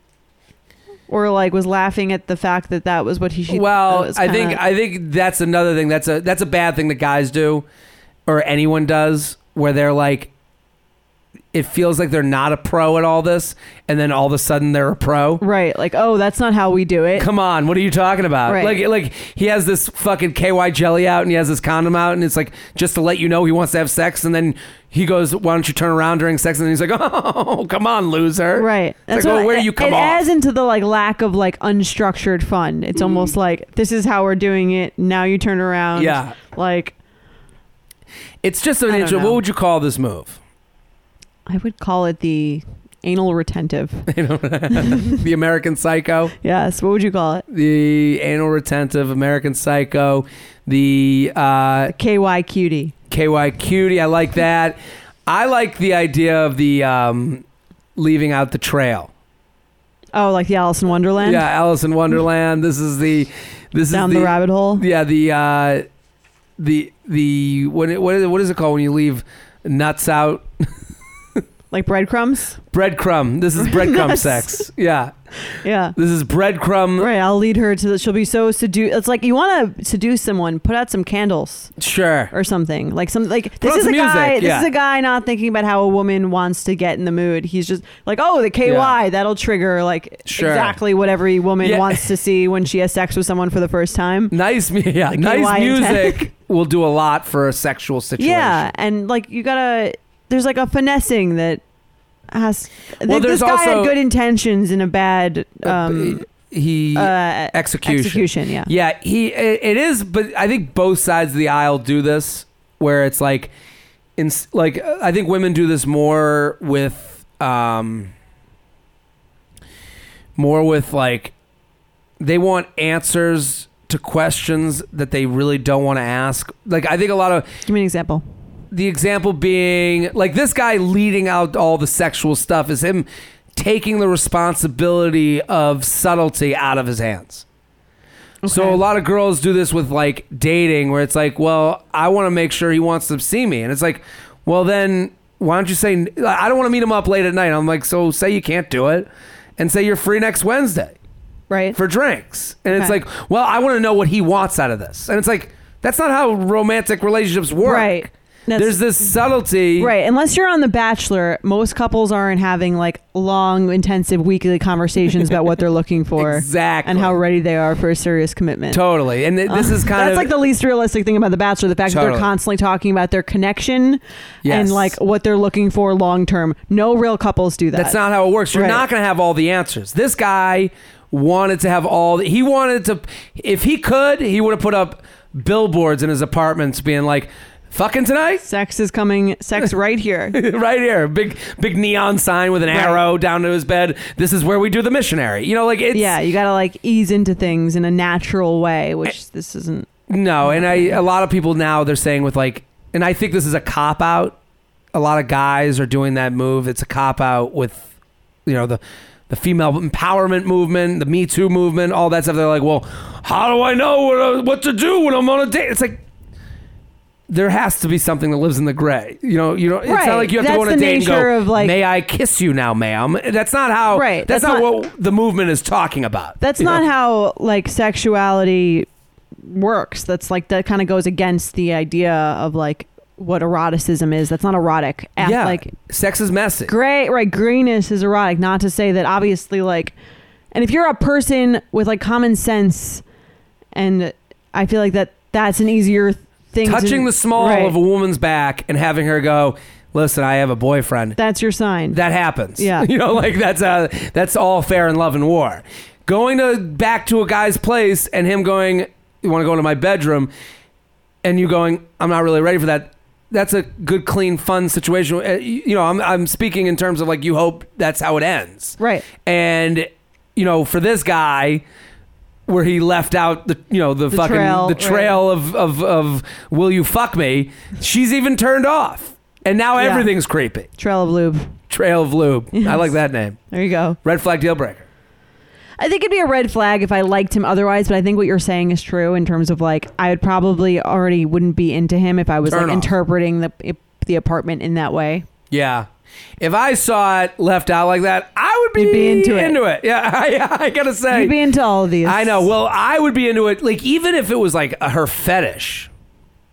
or like was laughing at the fact that that was what he should. well, was I think kinda- I think that's another thing. That's a that's a bad thing that guys do, or anyone does, where they're like, it feels like they're not a pro at all this, and then all of a sudden they're a pro. right, like oh, that's not how we do it. Come on, what are you talking about? Right. Like like he has this fucking KY jelly out, and he has this condom out, and it's like just to let you know he wants to have sex, and then he goes, why don't you turn around during sex? And then he's like, oh, come on, loser. Right. It's like, well, where do you come it off? adds into the like lack of like unstructured fun. It's Mm. almost like this is how we're doing it. Now you turn around. Yeah. Like It's just an I don't intro. know. What would you call this move? I would call it the anal retentive. You know, the American Psycho. yes. What would you call it? the anal retentive American Psycho, the uh, KY cutie. KY cutie. I like that. I like the idea of the um, leaving out the trail. Oh, like the Alice in Wonderland. Yeah, Alice in Wonderland. This is the this Down is the, rabbit hole. Yeah, the uh, the the what it- what is it, what is it called when you leave nuts out? Like breadcrumbs. Breadcrumb. This is breadcrumb Nuts. sex. Yeah, Yeah. this is breadcrumb. Right. I'll lead her to. The, she'll be so seduced. It's like you want to seduce someone. Put out some candles Sure. or something. Like some like this out is a some music, guy. This yeah. is a guy not thinking about how a woman wants to get in the mood. He's just like, oh, the KY Yeah. that'll trigger like Sure. exactly what every woman Yeah. wants to see when she has sex with someone for the first time. Nice, mu- yeah. The nice KY intent. music will do a lot for a sexual situation. Yeah, and like you gotta, there's like a finessing that has. Well, th- there's this guy had also- good intentions in a bad Um, um, he uh, e, execution. execution. Yeah, Yeah, he it, it is, but I think both sides of the aisle do this, where it's like, in like I think women do this more with, um, more with like, they want answers to questions that they really don't want to ask. Like I think a lot of give me an example. the example being like this guy leading out all the sexual stuff is him taking the responsibility of subtlety out of his hands. So Okay. a lot of girls do this with like dating where it's like, well, I want to make sure he wants to see me. And it's like, well then why don't you say I don't want to meet him up late at night. I'm like, so say you can't do it and say you're free next Wednesday Right? for drinks. And it's Okay. like, well, I want to know what he wants out of this. And it's like, that's not how romantic relationships work. Right. That's- mm-hmm. There's this subtlety. Right, unless you're on The Bachelor, most couples aren't having like long, intensive weekly conversations about what they're looking for Exactly. and how ready they are for a serious commitment. Totally. And th- this is kind Uh, That's of like the least realistic thing about The Bachelor: the fact that Totally. they're constantly talking about their connection Yes. and like what they're looking for long term. No real couples do that. That's not how it works. You're Right. not going to have all the answers. This guy wanted to have all. The, he wanted to. If he could, he would have put up billboards in his apartments, being like, "Fucking tonight." Sex is coming. Sex right here. Right here, big big neon sign with an Right. arrow down to his bed. This is where we do the missionary. You know, like it's yeah, you gotta like ease into things in a natural way, which this isn't. No, and I a lot of people now they're saying with like, and I think this is a cop out. A lot of guys are doing that move. It's a cop out with, you know, the the female empowerment movement, the Me Too movement, all that stuff. They're like, well, how do I know what, uh, what to do when I'm on a date? It's like there has to be something that lives in the gray. You know, you know, it's Right. not like you have to That's go on a the date and nature go, of, like- "May I kiss you now, ma'am?" That's not how. Right. That's, not, That's not- what the movement is talking about. That's you not know? how like sexuality works. That's like that kind of goes against the idea of like what eroticism is. That's not erotic. Act- Yeah. Like sex is messy. gray, right? Grayness is erotic. Not to say that obviously like, and if you're a person with like common sense, and I feel like that that's an easier thing. to- touching the small Right. of a woman's back and having her go, "Listen, I have a boyfriend." That's your sign. That happens. Yeah. you know, like that's uh that's all fair in love and war. Going to back to a guy's place and him going, "You want to go into my bedroom?" and you going, "I'm not really ready for that." That's a good, clean, fun situation. Uh, You you know, I'm I'm speaking in terms of like you hope that's how it ends. right. And you know, for this guy, where he left out the you know the, The fucking trail, the right. trail of, of of will you fuck me? She's even turned off, and now Yeah. everything's creepy. Trail of lube. Trail of lube. I Yes. like that name. There you go. Red flag deal breaker. I think it'd be a red flag if I liked him otherwise, but I think what you're saying is true in terms of like I would probably already wouldn't be into him if I was Turn like off. interpreting the the apartment in that way. Yeah. If I saw it left out like that, I would be, You'd be into it. Yeah, I, I gotta say, You'd be into all of these. I know. Well, I would be into it. Like even if it was like a, her fetish,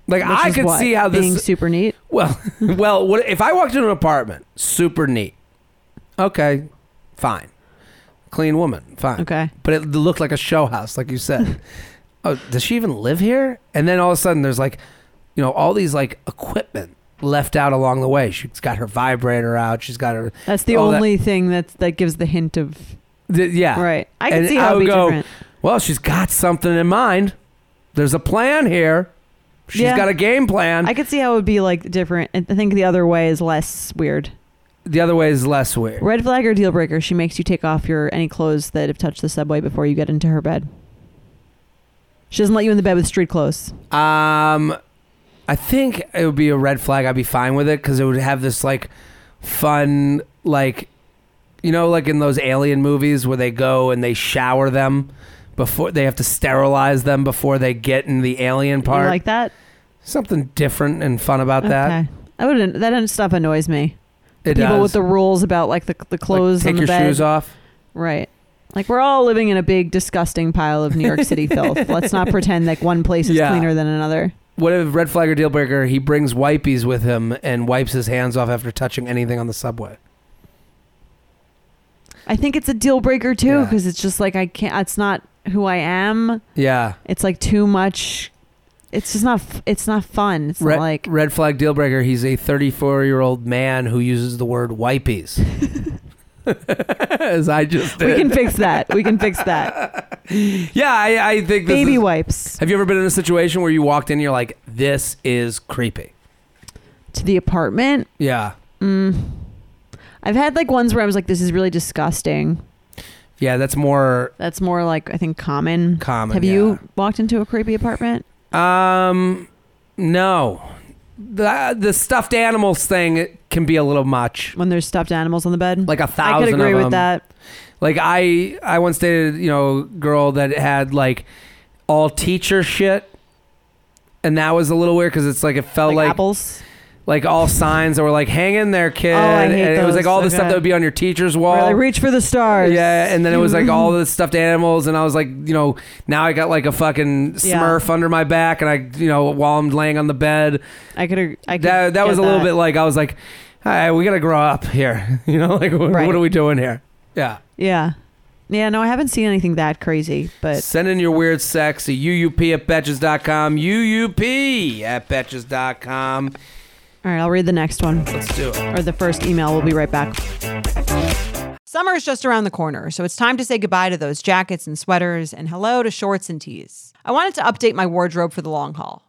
like which I is could what? see how this being super neat. Well, well, what, if I walked into an apartment, super neat. Okay, fine. Clean woman, fine. Okay. But it looked like a show house, like you said. oh, does she even live here? And then all of a sudden, there's like, you know, all these like equipment left out along the way. She's got her vibrator out. She's got her. That's the all that- only thing that's that gives the hint of th- yeah. right. I can And see I how it'd would be go, different. Well, she's got something in mind. There's a plan here. She's Yeah. got a game plan. I could see how it would be like different. I think the other way is less weird. the other way is less weird. Red flag or deal breaker? She makes you take off your any clothes that have touched the subway before you get into her bed. She doesn't let you in the bed with street clothes. Um, I think it would be a red flag. I'd be fine with it because it would have this like fun, like You know, like in those alien movies where they go and they shower them before they have to sterilize them before they get in the alien You part. like that? Something different and fun about that. Okay. I wouldn't. That stuff annoys me. It People does. with the rules about like the the Like, clothes take on the your bed. shoes off. Right. Like we're all living in a big disgusting pile of New York City filth. Let's not pretend like one place is Yeah. cleaner than another. What if red flag or deal breaker? He brings wipies with him and wipes his hands off after touching anything on the subway. I think it's a deal breaker too Yeah. because it's just like I can't. It's not who I am. Yeah, It's like too much. It's just not. f- It's not fun. It's red, not like red flag deal breaker. He's a 34 year old man who uses the word wipies. As I just we did. can fix that. We can fix that. yeah, I, I think this Baby is- wipes Have you ever been in a situation where you walked in and you're like, this is creepy? to the apartment. Yeah. Mm. I've had like ones where I was like, "This is really disgusting." Yeah, that's more That's more like I think common. common. Have you walked into a creepy apartment? yeah. Um, no. The, the stuffed animals thing can be a little much. when there's stuffed animals on the bed. Like a I thousand could agree of with them. that. Like I, I once dated you know girl that had like all teacher shit, and that was a little weird because it's like it felt Like, Oh, like apples, like all signs that were like hang in there kid. Oh, I hate and it was those. like all the Okay. stuff that would be on your teacher's wall. really reach for the stars. Yeah, and then it was like all the stuffed animals, and I was like, you know, now I got like a fucking Yeah. Smurf under my back, and I, you know, while I'm laying on the bed, I could. ag- I could that that get was a little that. bit like I was like, all right, we gotta grow up here, you know, like what, Right. what are we doing here? Yeah, Yeah, yeah. No, I haven't seen anything that crazy, but send in your weird sex to uup at betches.com, uup at betches.com. all right. I'll read the next one Let's do it. or the first email. We'll be right back. Summer is just around the corner, so it's time to say goodbye to those jackets and sweaters and hello to shorts and tees. I wanted to update my wardrobe for the long haul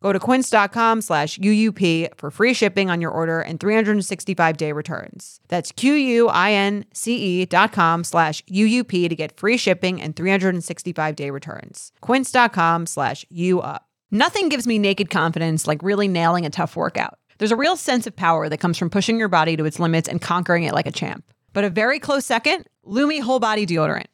Go to quince.com slash UUP for free shipping on your order and 365 day returns. That's Q-U-I-N-C-E E dot com slash UUP to get free shipping and 365 day returns. Quince.com slash UUP. Nothing gives me naked confidence like really nailing a tough workout. There's a real sense of power that comes from pushing your body to its limits and conquering it like a champ. But a very close second, Lumi Whole Body Deodorant.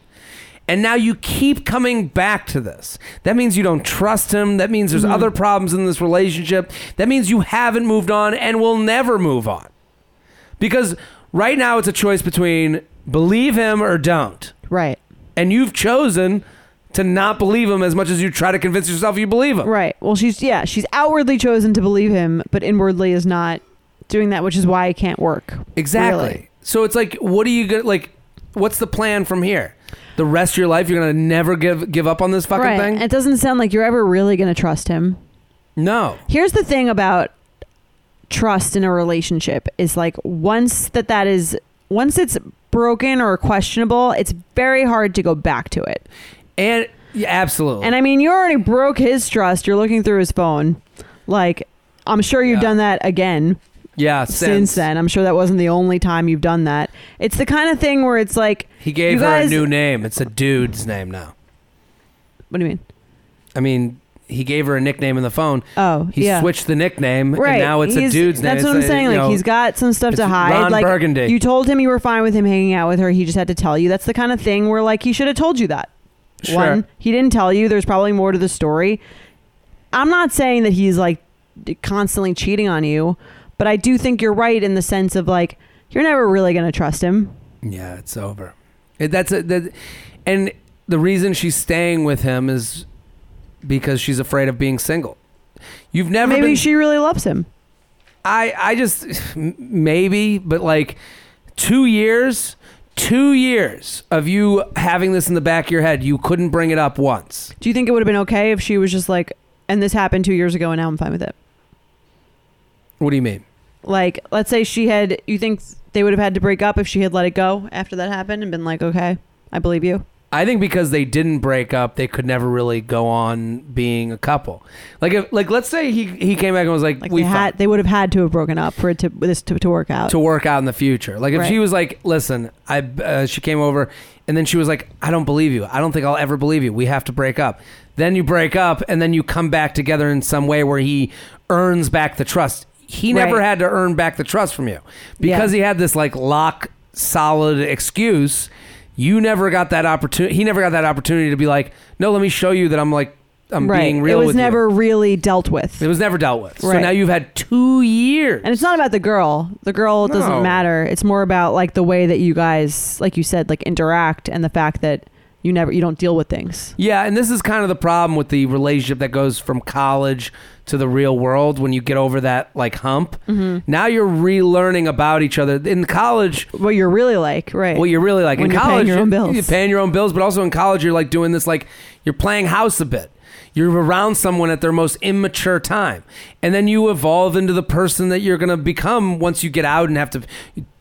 And now you keep coming back to this. That means you don't trust him. That means Mm-hmm. there's other problems in this relationship. That means you haven't moved on and will never move on. Because right now it's a choice between believe him or don't. Right. And you've chosen to not believe him as much as you try to convince yourself you believe him. Right. Well, she's yeah, she's outwardly chosen to believe him, but inwardly is not doing that, which is why it can't work. Exactly. Really. So it's like, what are you gonna like? What's the plan from here? The rest of your life, you're gonna never give give up on this fucking right. thing. It doesn't sound like you're ever really going to trust him. no, Here's the thing about trust in a relationship is like once that that is once it's broken or questionable, it's very hard to go back to it. and yeah, absolutely. And I mean, you already broke his trust. You're looking through his phone. Like, I'm sure you've Yeah. done that again yeah, since then. I'm sure that wasn't the only time you've done that. It's the kind of thing where it's like, he gave You her guys- a new name. It's a dude's name now. what do you mean? I mean, he gave her a nickname in the phone. Oh, He yeah. switched the nickname, Right and now it's He's- a dude's name. That's It's what I'm a- saying. you Like know, he's got some stuff to it's hide. Ron like Burgundy. you told him you were fine with him hanging out with her. He just had to tell you. That's the kind of thing where like he should have told you that. Sure. One, he didn't tell you. There's probably more to the story. I'm not saying that he's like constantly cheating on you, but I do think you're right in the sense of like you're never really going to trust him. Yeah, it's over. It- That's a, that, and the reason she's staying with him is because she's afraid of being single. You've never Maybe been, she really loves him. I I just maybe, but like two years, two years of you having this in the back of your head, you couldn't bring it up once. Do you think it would have been okay if she was just like, and this happened two years ago, and now I'm fine with it? What do you mean? Like, let's say she had, you think they would have had to break up if she had let it go after that happened and been like, okay, I believe you. I think because they didn't break up, they could never really go on being a couple. Like if like let's say he he came back and was like, Like we they fucked." had, they would have had to have broken up for it to this to, to work out. to work out in the future. Like if Right. she was like, "Listen, I," uh, she came over, and then she was like, "I don't believe you. I don't think I'll ever believe you. We have to break up." Then you break up, and then you come back together in some way where he earns back the trust. He never Right. had to earn back the trust from you because Yeah. he had this like lock solid excuse. You never got that opportunity. He never got that opportunity to be like, "No, let me show you that I'm like I'm right. being real it was with you." never really dealt with. It was never dealt with. So Right. now you've had two years. and it's not about the girl. The girl No. doesn't matter. It's more about like the way that you guys, like you said, like interact and the fact that you never, you don't deal with things. Yeah, and this is kind of the problem with the relationship that goes from college to the real world when you get over that like hump. Mm-hmm. Now you're relearning about each other. In college, What you're really like, right? well, you're really like When in you're paying college, your own bills. you're paying your own bills, but also in college, you're like doing this like you're playing house a bit. You're around someone at their most immature time, and then you evolve into the person that you're gonna become once you get out and have to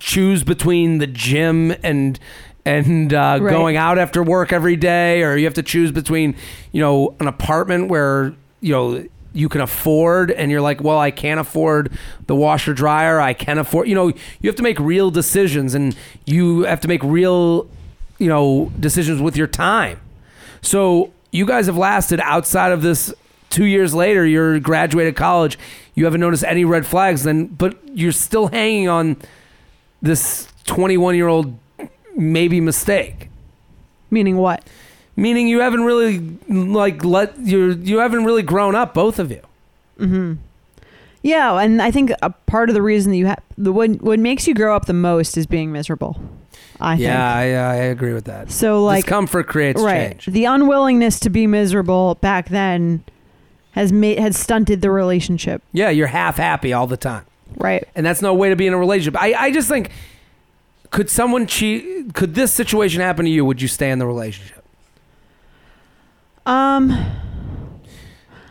choose between the gym and and uh, Right. going out after work every day, or you have to choose between you know an apartment where you know you can afford and you're like well i can't afford the washer dryer i can afford you know you have to make real decisions and you have to make real you know decisions with your time so you guys have lasted outside of this two years later you're graduated college you haven't noticed any red flags then but you're still hanging on this 21 year old maybe mistake Meaning what? meaning you haven't really like let you you haven't really grown up both of you Yeah, and I think a part of the reason that you have the what what makes you grow up the most is being miserable. I yeah I, I agree with think that so. Like discomfort creates right, change the unwillingness to be miserable back then has made has stunted the relationship. yeah you're half happy all the time Right. and that's no way to be in a relationship i, I just think could someone cheat could this situation happen to you would you stay in the relationship Um,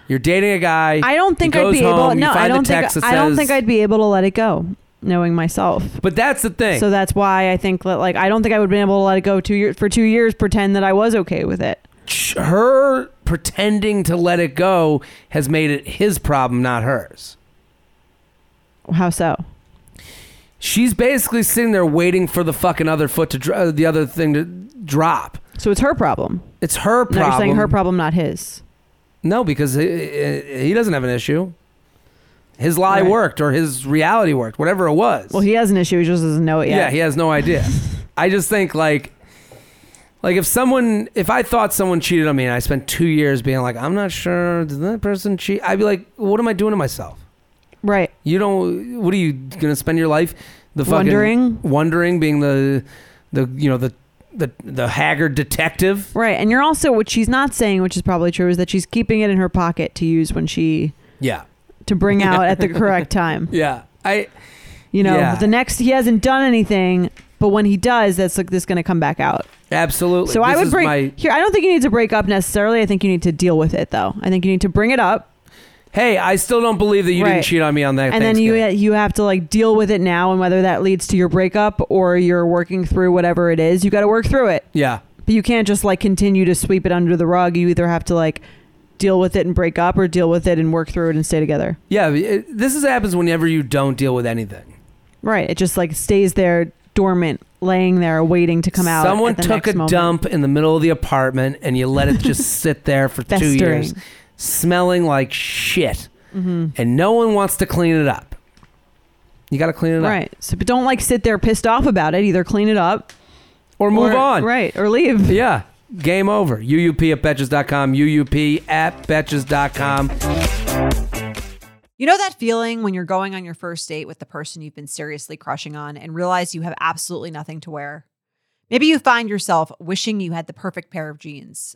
you're dating a guy I don't think He I'd goes be able. home, you No, I find a don't think text that I don't says- think I'd be able to let it go, knowing myself. but that's the thing So that's why I think that like I don't think I would have been able to let it go two years for two years. Pretend that I was okay with it. Ch- her pretending to let it go has made it his problem not hers How so? she's basically sitting there waiting for the fucking other foot to dr- uh, the other thing to drop So it's her problem. it's her No, problem you're saying her problem, not his. No, because he, he doesn't have an issue. His lie Right. worked or his reality worked, whatever it was. Well, he has an issue. He just doesn't know it yeah. yet. he has no idea. I just think like Like if someone, if I thought someone cheated on me and I spent two years being like, I'm not sure, did that person cheat? I'd be like, what am I doing to myself? Right. You don't. What are you gonna spend your life? The fucking Wondering. wondering, being the, the you know the the the haggard detective. Right. And you're also what she's not saying, which is probably true, is that she's keeping it in her pocket to use when she Yeah. to bring out at the correct time. Yeah. I. You know, Yeah. the next he hasn't done anything, but when he does, that's like this going to come back out. Absolutely. So I This would is bring My, here. I don't think you need to break up necessarily. I think you need to deal with it though. I think you need to bring it up, hey, I still don't believe that you Right. didn't cheat on me on that. and then you Thanksgiving. you have to like deal with it now, and whether that leads to your breakup or you're working through whatever it is, you got to work through it. Yeah. But you can't just like continue to sweep it under the rug. You either have to like deal with it and break up, or deal with it and work through it and stay together. Yeah. it- this is happens whenever you don't deal with anything. Right. It just like stays there dormant, laying there, waiting to come out. at Someone the took next a moment. dump in the middle of the apartment, and you let it just sit there for two Festering. Mm-hmm. years, smelling like shit, and no one wants to clean it up. You got to clean it up. Right. So but don't like sit there pissed off about it. Either clean it up or move or- on. Right. Or leave. Yeah. Game over. UUP at Betches.com. UUP at Betches.com. You know that feeling when you're going on your first date with the person you've been seriously crushing on and realize you have absolutely nothing to wear? Maybe you find yourself wishing you had the perfect pair of jeans,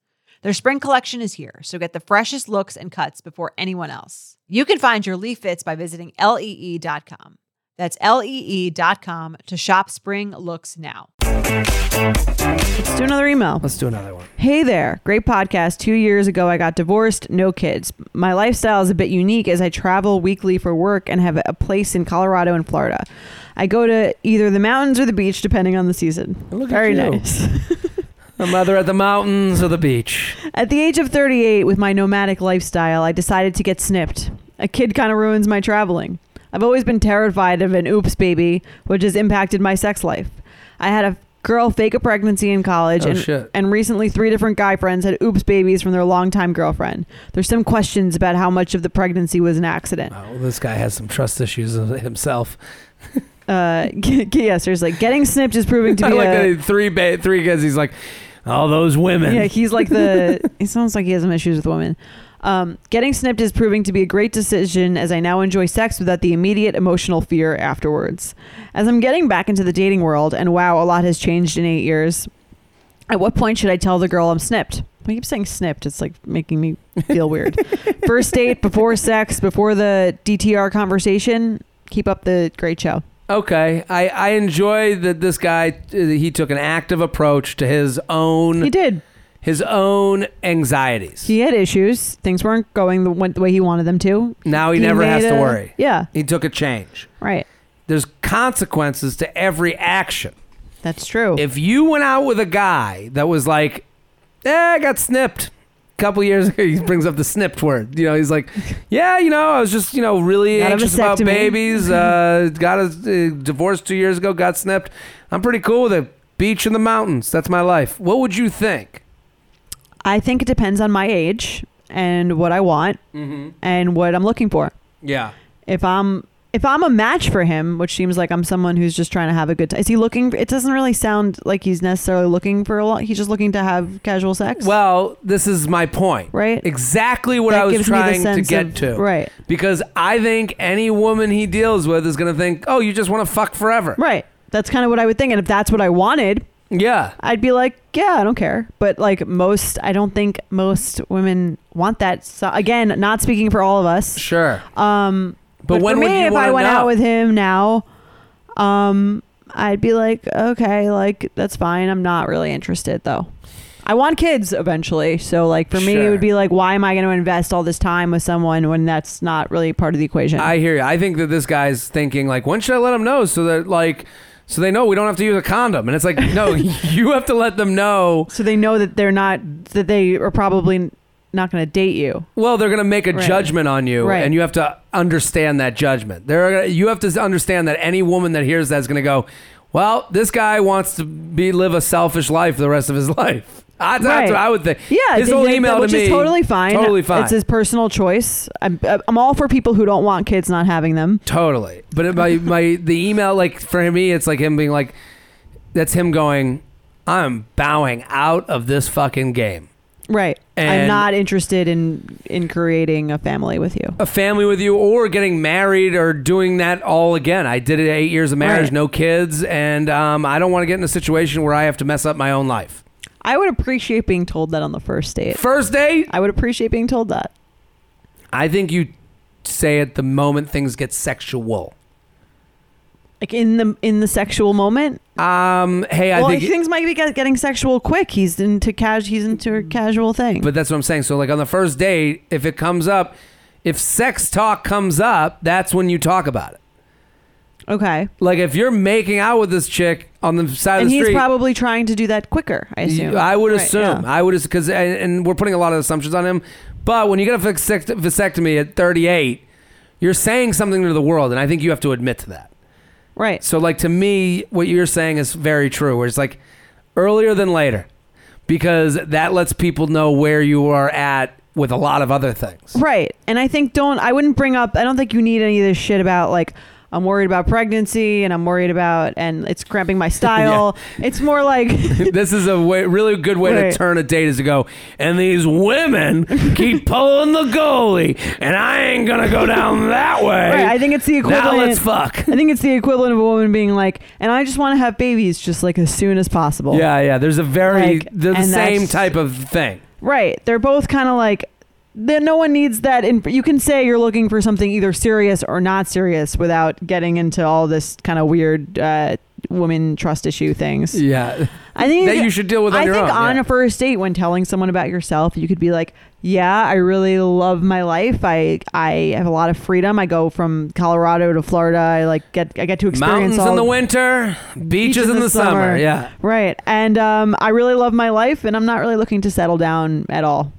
Their spring collection is here, so get the freshest looks and cuts before anyone else. You can find your Lee fits by visiting E lee.com. That's E lee.com to shop spring looks now. Let's do another email. Let's do another one. Hey there. Great podcast. Two years ago, I got divorced, no kids. My lifestyle is a bit unique as I travel weekly for work and have a place in Colorado and Florida. I go to either the mountains or the beach, depending on the season. Look at Very you. nice. I'm either at the mountains or the beach. At the age of 38, with my nomadic lifestyle, I decided to get snipped. A kid kind of ruins my traveling. I've always been terrified of an oops baby, which has impacted my sex life. I had a girl fake a pregnancy in college, Oh, and, shit. and recently three different guy friends had oops babies from their longtime girlfriend. There's some questions about how much of the pregnancy was an accident. Oh, this guy has some trust issues himself. Uh, yeah, seriously, getting snipped is proving to I be like a, that he- three ba- three guys. He's like, all those women. Yeah, he's like the. he sounds like he has some issues with women. Um, getting snipped is proving to be a great decision as I now enjoy sex without the immediate emotional fear afterwards. As I'm getting back into the dating world, and wow, a lot has changed in eight years. At what point should I tell the girl I'm snipped? I keep saying snipped. It's like making me feel weird. First date, before sex, before the DTR conversation. Keep up the great show. Okay, I I enjoy that this guy uh, he took an active approach to his He own did. his own anxieties. He had issues. Things weren't going the, went the way he wanted them to. now he, never made has to a- worry. Yeah, He took a change. right. There's consequences to every action. That's true. If you went out with a guy that was like, "Eh, I got snipped." A couple years ago, he brings up the snipped word. You know, he's like, "Yeah, you know, I was just, you know, really Got a anxious about vasectomy." babies. Uh, got a uh, divorce two years ago. Got snipped. I'm pretty cool with it. Beach and the mountains. That's my life. What would you think?" I think it depends on my age and what I want Mm-hmm. and what I'm looking for. Yeah. If I'm if I'm a match for him, which seems like I'm someone who's just trying to have a good time. Is he looking? It doesn't really sound like he's necessarily looking for a lot. He's just looking to have casual sex. Well, this is my point. right. Exactly what That I was gives me the trying to sense get of- to. Right. Because I think any woman he deals with is going to think, "Oh, you just want to fuck forever." Right. That's kind of what I would think. And if that's what I wanted, Yeah. I'd be like, yeah, I don't care. But like most, I don't think most women want that. So again, not speaking for all of us. Sure. Um, But, when for me, would you if I wanna went know? out with him now, um, I'd be like, okay, like that's fine. I'm not really interested though. I want kids eventually. So like for me, it Sure. would be like, why am I going to invest all this time with someone when that's not really part of the equation? I hear you. I think that this guy's thinking like, when should I let them know so that like, so they know we don't have to use a condom? And it's like, no, you have to let them know. so they know that they're not that they are probably not going to date you. Well, they're gonna make a Right. judgment on you, Right. and you have to understand that judgment. There, you have to understand that any woman that hears that's gonna go, well, this guy wants to be live a selfish life the rest of his life. I, Right. That's what I would think. Yeah, his they- whole they- email which to me, is totally fine. totally fine. It's his personal choice. I'm, I'm all for people who don't want kids not having them. Totally. But it- my my the email like for me it's like him being like that's him going I'm bowing out of this fucking game. Right. And- I'm not interested in in creating a family with you. A family with you or getting married or doing that all again. I did it 8 years of marriage, Right. no kids and um, I don't want to get in a situation where I have to mess up my own life. I would appreciate being told that on the first date. First date, I would appreciate being told that. I think you say at the moment things get sexual. Like in the in the sexual moment. Um hey, I well, think things might be get- getting sexual quick. He's into cash. He's into casual things. Mm. But that's what I'm saying. So like on the first date, if it comes up, if sex talk comes up, that's when you talk about it. okay. Like if you're making out with this chick on the side And of the he's street, probably trying to do that quicker. I assume. you- I would Right, assume. yeah. I would because and, and we're putting a lot of assumptions on him. But when you get a vasect- vasectomy at 38, you're saying something to the world, and I think you have to admit to that. Right. So like to me, what you're saying is very true. Where it's like earlier than later, because that lets people know where you are at with a lot of other things. Right. And I think don't I wouldn't bring up I don't think you need any of this shit about like I'm worried about pregnancy and I'm worried about and it's cramping my style. It's more like this is a way, really good way Right. to turn a date is to go, and these women keep pulling the goalie, and I ain't gonna go down that way. Right, I think it's the Now equivalent let's fuck. I think it's the equivalent of a woman being like, and I just want to have babies just like as soon as possible. Yeah, yeah. There's a very Like, they're the and same that's- type of thing. Right. They're both kind of like then no one needs that and you can say you're looking for something either serious or not serious without getting into all this kind of weird uh, woman trust issue things. Yeah, I think that you should deal with on I your think own. on yeah. a first date, when telling someone about yourself, you could be like, "Yeah, I really love my life. I I have a lot of freedom. I go from Colorado to Florida. I like get I get to experience Mountains all in the winter, beaches, in the, summer. Yeah, right. And um, I really love my life, and I'm not really looking to settle down at all.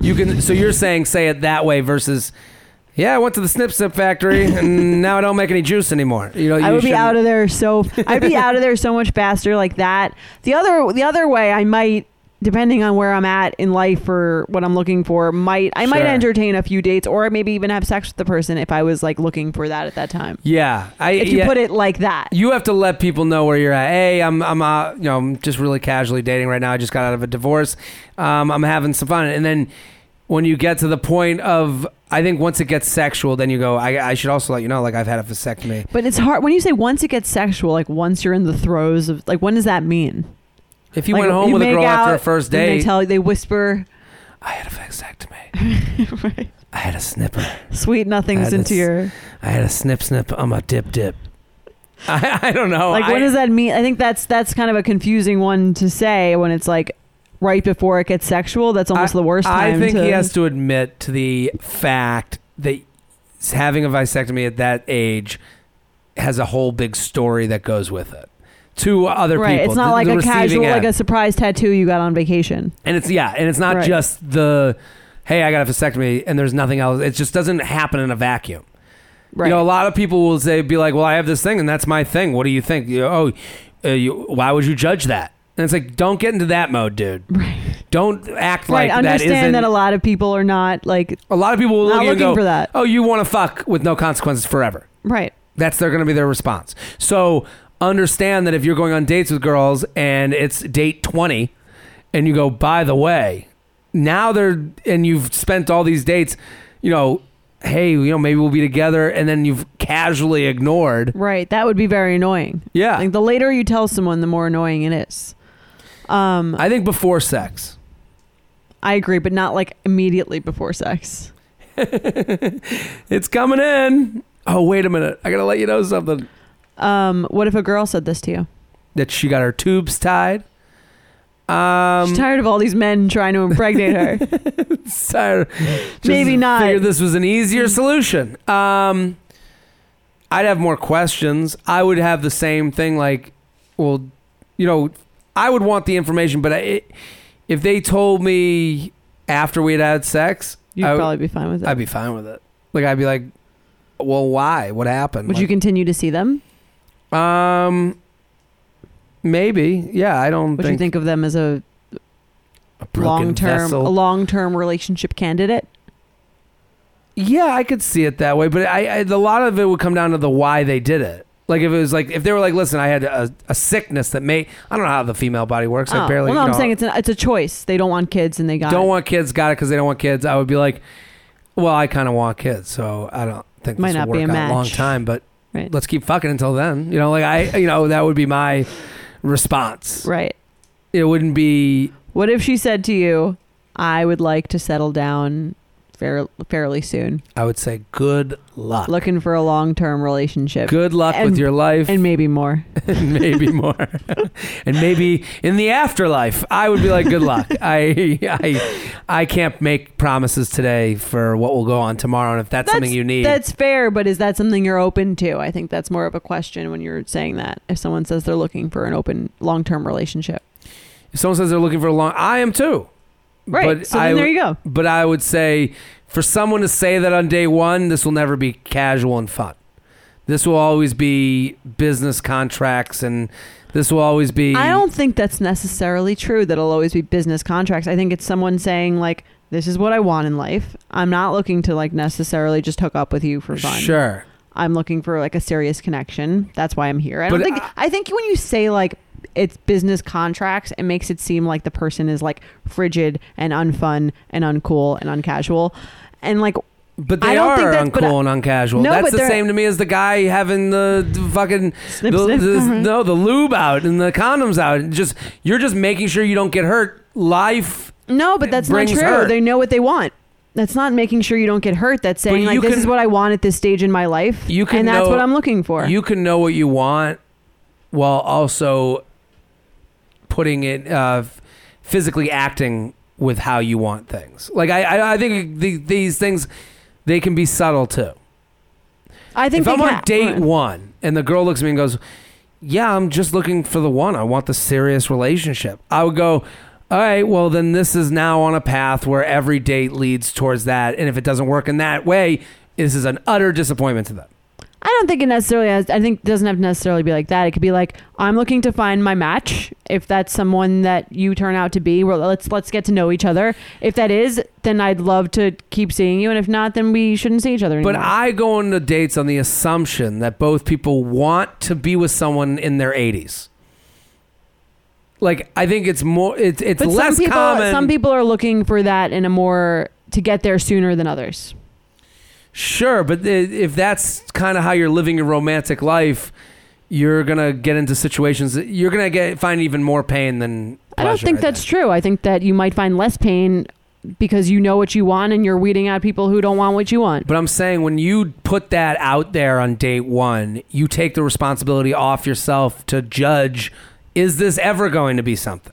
you can. So you're saying say it that way versus. Yeah, I went to the Snip Snip factory, and now I don't make any juice anymore. You know, I you would be shouldn't- out of there so I'd be out of there so much faster like that. The other the other way I might depending on where I'm at in life or what I'm looking for might I might Sure. entertain a few dates or maybe even have sex with the person if I was like looking for that at that time. Yeah, I. If you yeah. put it like that. you have to let people know where you're at. Hey, I'm I'm uh, you know I'm just really casually dating right now. I just got out of a divorce. Um, I'm having some fun, and then when you get to the point of, I think once it gets sexual, then you go. I, I should also let you know, like I've had a vasectomy. But it's hard when you say once it gets sexual, like once you're in the throes of like when does that mean? If you Like, went home with a make girl after a out first and date, they tell they whisper I had a vasectomy. I had a snipper. sweet nothings That into is- your I had a snip snip on my dip dip. I, I don't know. like Oh, I, what does that mean i think that's that's kind of a confusing one to say when it's like right before it gets sexual that's almost the worst I time think to, he has to admit to the fact that having a vasectomy at that age has a whole big story that goes with it to other right people. it's not the- like the a receiving casual like end. a surprise tattoo you got on vacation and it's yeah, and it's not Right. just the hey, I got a vasectomy and there's nothing else. It just doesn't happen in a vacuum. right You know, a lot of people will say, be like, well, I have this thing and that's my thing. What do you think? You know, oh, uh, you, why would you judge that? And it's like, don't get into that mode, dude. right Don't act right like that isn't. understand that, a lot of people are not like a lot of people will look not at you and looking go, for that oh, you want to fuck with no consequences forever. right That's they're going to be their response. So understand that if you're going on dates with girls and it's date 20 and you go, by the way, now they're, and you've spent all these dates, you know, hey, you know, maybe we'll be together. And then you've casually ignored. right that would be very annoying Yeah. like the later you tell someone the more annoying it is um I think before sex. i agree but not like immediately before sex it's coming in. Oh, wait a minute. I got to let you know something. Um, what if a girl said this to you? that she got her tubes tied. Um, She's tired of all these men trying to impregnate her. tired. Just Maybe not. Mm. Figured this was an easier solution. Um, I'd have more questions. I would have the same thing. Like, well, you know, I would want the information, but I, if they told me after we'd had sex, You'd I would- probably be fine with it. I'd be fine with it. Like, I'd be like, well, why? What happened? Would you continue to see them? you? Um, maybe. Yeah, I don't. Would think you think of them as a a broken long term, vessel- a long term relationship candidate? Yeah, I could see it that way, but I, I a lot of it would come down to the why they did it. Like if it was like if they were like, listen, I had a, a sickness that may I don't know how the female body works. I Oh, barely. well, no, you I'm know, saying it's an, it's a choice. They don't want kids, and they got don't it. want kids. Got it because they don't want kids. I would be like, well, I kind of want kids, so I don't think Might this not will work be a out a long match. time. But Right. let's keep fucking until then. You know, like I, you know, that would be my response. right. It wouldn't be What if she said to you, "I would like to settle down fair, fairly soon, I would say good luck. looking for a long term relationship, good luck And- with your life. and maybe more." and maybe more, and maybe in the afterlife. I would be like, good luck. I, I, I can't make promises today for what will go on tomorrow, and if that's, something you need, That's fair, but is that something you're open to? I think that's more of a question when you're saying that. If someone says they're looking for an open long term relationship, if someone says they're looking for a long, I am too. right? But so I, then there you go. but I would say for someone to say that on day one, this will never be casual and fun. This will always be business contracts, and this will always be. I don't think that's necessarily true. That'll always be business contracts. I think it's someone saying like, "This is what I want in life. I'm not looking to like necessarily just hook up with you for fun. Sure. I'm looking for like a serious connection. That's why I'm here." I don't But uh, think. I- I think when you say like it's business contracts, it makes it seem like the person is like frigid and unfun and uncool and uncasual, and like But I they don't are think that's- but uncool and uncasual. No, that's but the they're- same to me as the guy having the, the fucking Snip, Mm-hmm. the, snip. the- no the lube out and the condoms out. And just you're just making sure you don't get hurt. Life, No, but It that's not brings true. hurt. They know what they want. That's not making sure you don't get hurt. That's saying you like this can- is what I want at this stage in my life. You can and that's know- what I'm looking for. you can know what you want while also putting it uh, physically acting with how you want things. Like I, I, I think the, these things they can be subtle too. I think if they I'm can- on date one and the girl looks at me and goes, "Yeah, I'm just looking for the one. I want the serious relationship." I would go, "All right, well then this is now on a path where every date leads towards that, and if it doesn't work in that way, this is an utter disappointment to them." I don't think it necessarily has. I think it doesn't have to necessarily be like that. It could be like I'm looking to find my match. If that's someone that you turn out to be, well, let's let's get to know each other. If that is, then I'd love to keep seeing you. And if not, then we shouldn't see each other anymore. But I go into dates on the assumption that both people want to be with someone in their 80s. Like I think it's more it's it's but less some people, common. Some people are looking for that in a more to get there sooner than others. Sure, but i- if that's kind of how you're living your romantic life, you're gonna get into situations. That you're gonna get find even more pain than. I don't pleasure, think that's true. I think that you might find less pain because you know what you want and you're weeding out people who don't want what you want. But I'm saying when you put that out there on date one, you take the responsibility off yourself to judge: is this ever going to be something?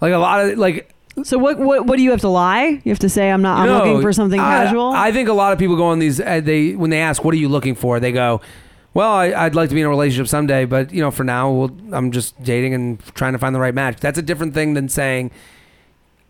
Like a lot of like So what what what do you have to lie? You have to say I'm not I'm No, looking for something I- casual. I think a lot of people go on these. Uh, they when they ask, "What are you looking for?" They go, "Well, I, I'd like to be in a relationship someday, but you know, for now, we'll, I'm just dating and trying to find the right match." That's a different thing than saying,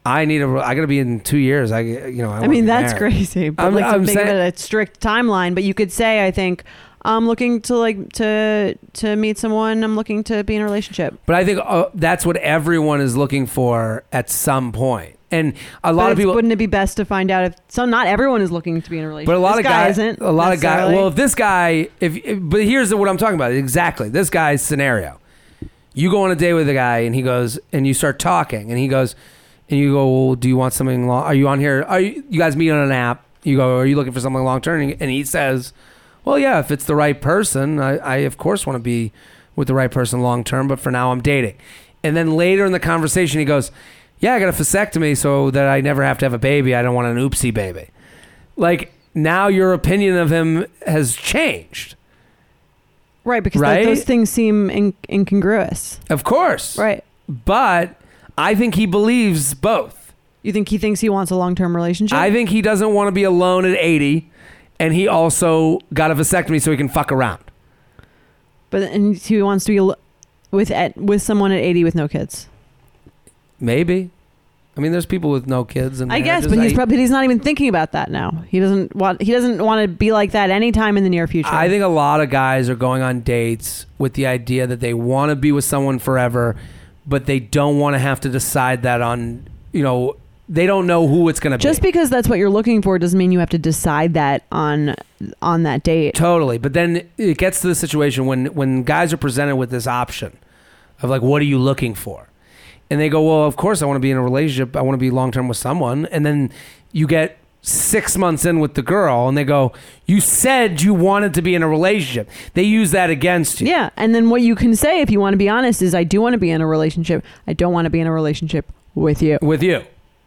"I need a. re- I got to be in two years. I you know. I, I, wanna mean be that's married." crazy. But I'm- like I'm to think of saying- it a strict timeline, but you could say I think I'm looking to like to to meet someone. I'm looking to be in a relationship. But I think uh, that's what everyone is looking for at some point, and a lot But of it's- people. wouldn't it be best to find out if so not everyone is looking to be in a relationship. But a lot This of guy guys, isn't a lot of guys. necessarily. Well, if this guy, if but here's what I'm talking about exactly. This guy's scenario. You go on a date with a guy, and he goes, and you start talking, and he goes, and you go, well, do you want something long? Are you on here? Are you, you guys meet on an app? You go, are you looking for something long term? And he says, well, yeah, if it's the right person, I, I of course want to be with the right person long term, but for now I'm dating. And then later in the conversation, he goes, yeah, I got a vasectomy so that I never have to have a baby. I don't want an oopsie baby like now your opinion of him has changed Right, because like, Right? those things seem in- incongruous. Of course. Right. But I think he believes both. You think he thinks he wants a long term relationship? I think he doesn't want to be alone at 80, and he also got a vasectomy so he can fuck around. but and he wants to be al- with at, with someone at 80 with no kids. Maybe. I mean, there's people with no kids. and I guess, marriages. but he's I- probably he's not even thinking about that now. He doesn't want he doesn't want to be like that anytime in the near future. I think a lot of guys are going on dates with the idea that they want to be with someone forever, but they don't want to have to decide that on, you know, they don't know who it's going to be. just because that's what you're looking for doesn't mean you have to decide that on on that date. Totally. But then it gets to the situation when when guys are presented with this option of like, what are you looking for? And they go, well, of course I want to be in a relationship. I want to be long term with someone. And then you get six months in with the girl, and they go, you said you wanted to be in a relationship. They use that against you. Yeah, and then what you can say if you want to be honest is I do want to be in a relationship. I don't want to be in a relationship with you. With you,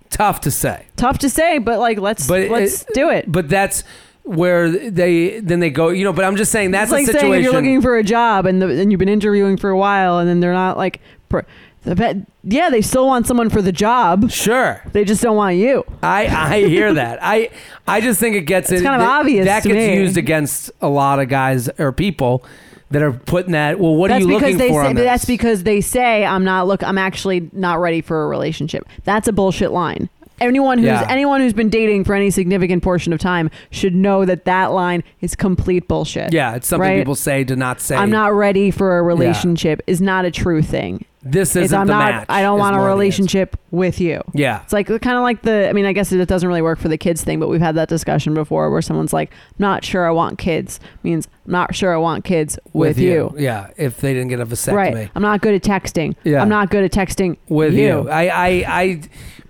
tough to say. Tough to say, but like let's But it- let's do it. But that's where they then they go. You know. But I'm just saying that's it's like a situation. saying if you're looking for a job and, the, and you've been interviewing for a while and then they're not like pr- the vet, yeah they still want someone for the job sure. they just don't want you I I hear that. I I just think it gets It's it- kind of that- obvious that to gets me. used against a lot of guys or people that are putting that. Well, what that's are you because looking they for? say on that's this? because they say I'm not look I'm actually not ready for a relationship that's a bullshit line anyone who's Yeah. anyone who's been dating for any significant portion of time should know that that line is complete bullshit yeah, it's something right? people say to not say. I'm not ready for a relationship is not a true thing This It's isn't I'm the not match. I don't is want a more the answer. relationship with you Yeah, It's like kind of like the. I mean, I guess it doesn't really work for the kids thing, but we've had that discussion before where someone's like, "I'm "Not sure I want kids," means "I'm not sure I want kids with, you." Yeah, if they didn't get a vasectomy. Right. I'm not good at texting. Yeah. I'm not good at texting with you. I, I, I,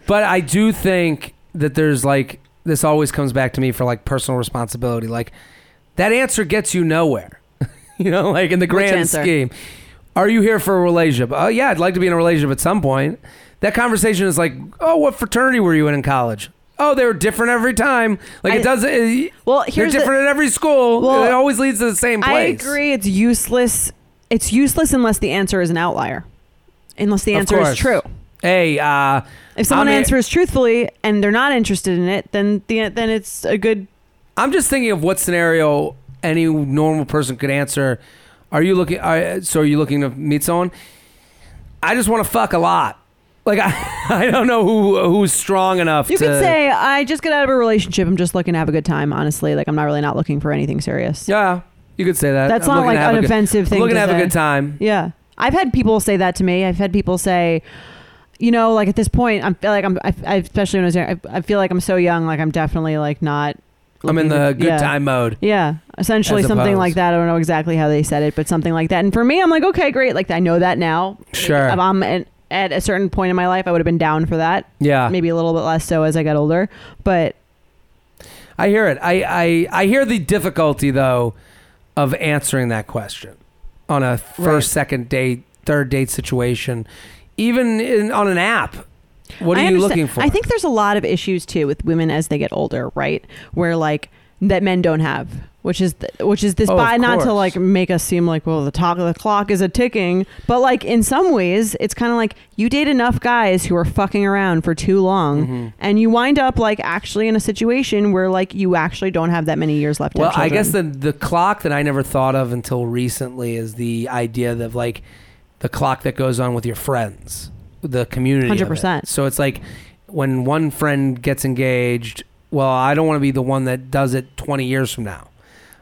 but I do think that there's like this always comes back to me for like personal responsibility. Like that answer gets you nowhere. you know, like in the grand answer? scheme. Are you here for a relationship? Oh yeah, I'd like to be in a relationship at some point. That conversation is like, oh, what fraternity were you in in college? Oh, they were different every time. Like I- it doesn't. It, Well, they're here's the- different at every school. Well, it always leads to the same I place. agree. It's useless. It's useless unless the answer is an outlier, unless the Of answer is course. true. Hey, uh, If someone I'm a- answers truthfully and they're not interested in it, then the then it's a good. I'm just thinking of what scenario any normal person could answer. Are you looking? Are, so are you looking to meet someone? I just want to fuck a lot. Like I, I don't know who who's strong enough. You to, could say, "I just got out of a relationship. I'm just looking to have a good time. Honestly, like I'm not really not looking for anything serious." yeah. You could say that. That's I'm not looking like to have an a good- offensive thing. I'm looking to to have a say. good time. Yeah, I've had people say that to me. I've had people say, you know, like at this point, I'm feel like I'm, I, I, especially when I was, young, I, I feel like I'm so young. Like I'm definitely like not. I'm in looking the to- good yeah. time mode. Yeah, essentially As something opposed. like that. I don't know exactly how they said it, but something like that. And for me, I'm like, okay, great. Like I know that now. Sure. If I'm at, at a certain point in my life, I would have been down for that. Yeah. Maybe a little bit less so as I got older, but I hear it. I, I I hear the difficulty though of answering that question on a first, Right. second date, third date situation, even in, on an app. What are I you understand- looking for? I think there's a lot of issues too with women as they get older, right? Where like that men don't have, which is th- which is this. Oh, of by, not to course. like make us seem like well the talk the clock is a ticking, but like in some ways it's kind of like you date enough guys who are fucking around for too long, Mm-hmm. and you wind up like actually in a situation where like you actually don't have that many years left. to Well, have I guess children. the the clock that I never thought of until recently is the idea of like the clock that goes on with your friends, the community. of it. 100%. So it's like when one friend gets engaged. Well, I don't want to be the one that does it 20 years from now.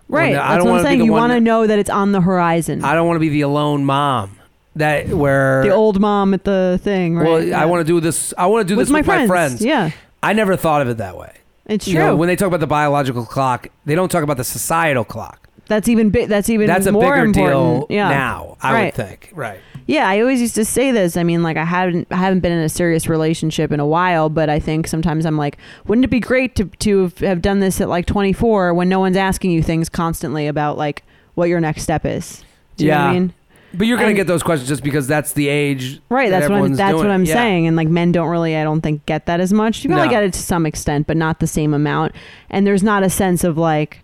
Well, right. no, I that's don't what wanna I'm be saying. the You one want to that- know that it's on the horizon. I don't want to be the alone mom that where the old mom at the thing, right? well, Yeah. I want to do this. I want to do with this my with friends. my friends. Yeah, I never thought of it that way. it's true. You know, when they talk about the biological clock, they don't talk about the societal clock. That's even big. That's even That's a more bigger deal important. yeah. now. I Right. would think. Right. Yeah, I always used to say this. I mean, like I haven't I haven't been in a serious relationship in a while, but I think sometimes I'm like, wouldn't it be great to to have- have done this at like 24 when no one's asking you things constantly about like what your next step is? Do you know what I Yeah. mean? But you're going to And- get those questions just because that's the age. Right, that that's what I'm, everyone's that's doing what it. I'm Yeah. saying, and like men don't really, I don't think, get that as much. You probably No. get it to some extent, but not the same amount. And there's not a sense of like,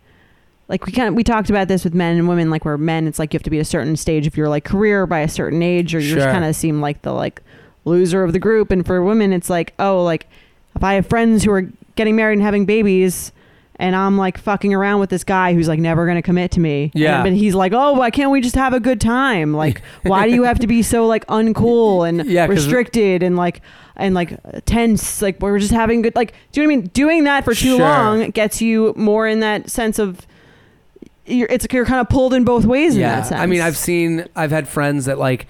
like we kind of we talked about this with men and women like where men it's like you have to be at a certain stage of your like career by a certain age or you just Sure. kind of seem like the like loser of the group and for women it's like oh like if i have friends who are getting married and having babies and i'm like fucking around with this guy who's like never going to commit to me Yeah. and, but he's like oh why can't we just have a good time like why do you have to be so like uncool and Yeah, 'cause- restricted and like and like tense like we're just having good like do you know what i mean doing that for too Sure. long gets you more in that sense of you're, it's like you're kind of pulled in both ways in that sense. I mean, I've seen, I've had friends that like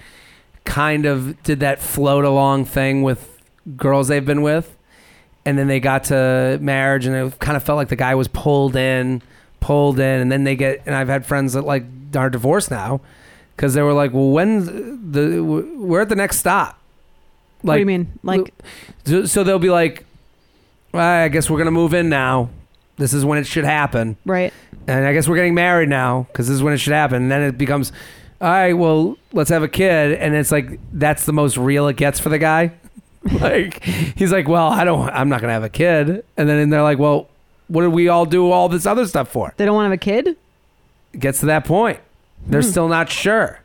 kind of did that float along thing with girls they've been with. And then they got to marriage and it kind of felt like the guy was pulled in, pulled in. And then they get, and I've had friends that like are divorced now because they were like, well, when the, we're at the next stop. what do you mean? Like, So, so they'll be like, "Well, I guess we're going to move in now. This is when it should happen. right? And I guess we're getting married now because this is when it should happen. And then it becomes, all right, well, let's have a kid. And it's like, that's the most real it gets for the guy. like, he's like, well, I don't, I'm not going to have a kid. And then they're like, well, what did we all do all this other stuff for? They don't want to have a kid. It gets to that point. They're Hmm. still not sure.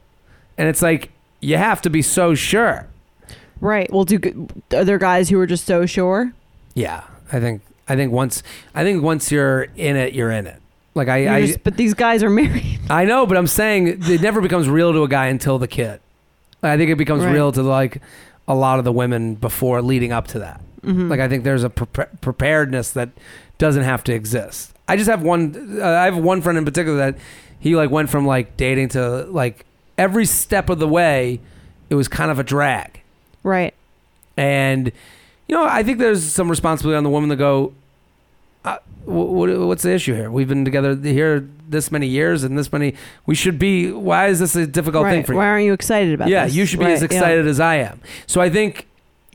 And it's like, you have to be so sure. Right. Well, do g- are there guys who are just so sure? Yeah, I think I think once I think once you're in it, you're in it. Like You're I I, just- but these guys are married. I know, but I'm saying it never becomes real to a guy until the kid. I think it becomes Right. real to like a lot of the women before leading up to that. Mhm. Like I think there's a pre- preparedness that doesn't have to exist. I just have one. Uh, I have one friend in particular that he like went from like dating to like every step of the way, it was kind of a drag. right. And you know, I think there's some responsibility on the woman to go. Uh, what, what's the issue here? We've been together here this many years and this many. We should be. Why is this a difficult right. thing for Why you? aren't you excited about yeah, this? you should be Right, as yeah. excited as I am. So I think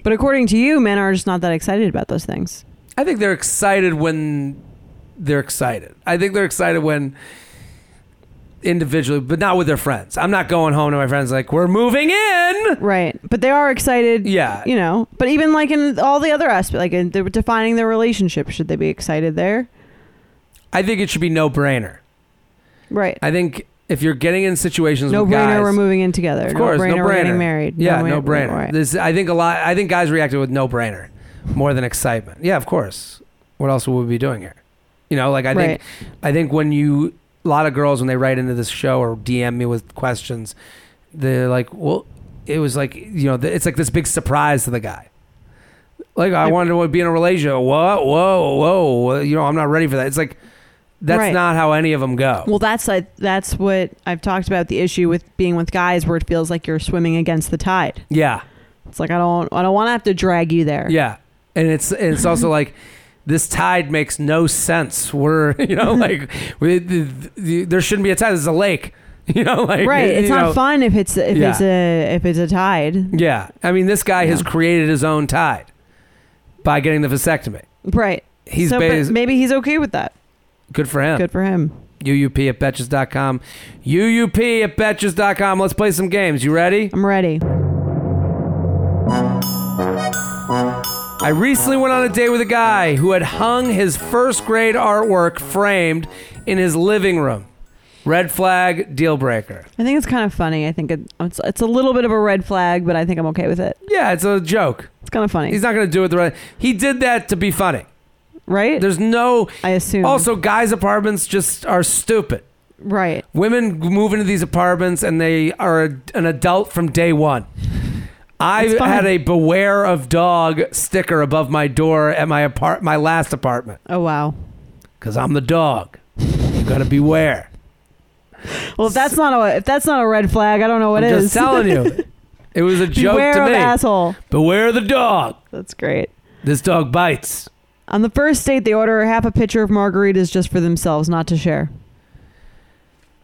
But according to you, men are just not that excited about those things. I think they're excited when they're excited. I think they're excited when individually, but not with their friends. I'm not going home to my friends like we're moving in. Right. But they are excited. Yeah, You know. But even like in all the other aspects, like in, they're defining their relationship. Should they be excited there? I think it should be no brainer. Right. I think if you're getting in situations No with brainer. guys, We're moving in together. Of course, no brainer. We're no-brainer. getting married. Yeah, way- no brainer. right. This I think a lot. I think guys reacted with no brainer more than excitement. Yeah, of course. What else would we be doing here? You know, like I right. think I think when you a lot of girls when they write into this show or DM me with questions, they're like, well, it was like you know, th- it's like this big surprise to the guy. Like I Like- wanted to be in a relationship. Whoa, whoa, whoa! You know, I'm not ready for that. It's like that's Right. not how any of them go. Well, that's like that's what I've talked about the issue with being with guys where it feels like you're swimming against the tide. yeah. It's like I don't I don't want to have to drag you there. Yeah, and it's and it's also like this tide makes no sense. We're you know like we, th th there shouldn't be a tide. There's a lake. You know like Right. It's you not know. fun if it's if Yeah. it's a if it's a tide. Yeah, I mean this guy has Yeah. created his own tide by getting the vasectomy. Right. He's so, but bas- maybe he's okay with that. good for him. Good for him. UUP at betches.com. UUP at betches.com. Let's play some games. You ready? I'm ready. I recently went on a date with a guy who had hung his first grade artwork framed in his living room. Red flag, deal breaker. I think it's kind of funny. I think it, it's it's a little bit of a red flag, but I think I'm okay with it. Yeah, it's a joke. It's kind of funny, He's not going to do it the right. He did that to be funny. right? There's no. I assume. Also, guys' apartments just are stupid. right. Women move into these apartments and they are a, an adult from day one. I It's fine. had a beware of dog sticker above my door at my apart my last apartment Oh wow. because I'm the dog. You gotta beware. Well, if that's not a if that's not a red flag, I don't know what I'm is. just telling you, it was a joke Beware to of me. asshole. Beware the dog. That's great. This dog bites. On the first date, they order half a pitcher of margaritas just for themselves, not to share.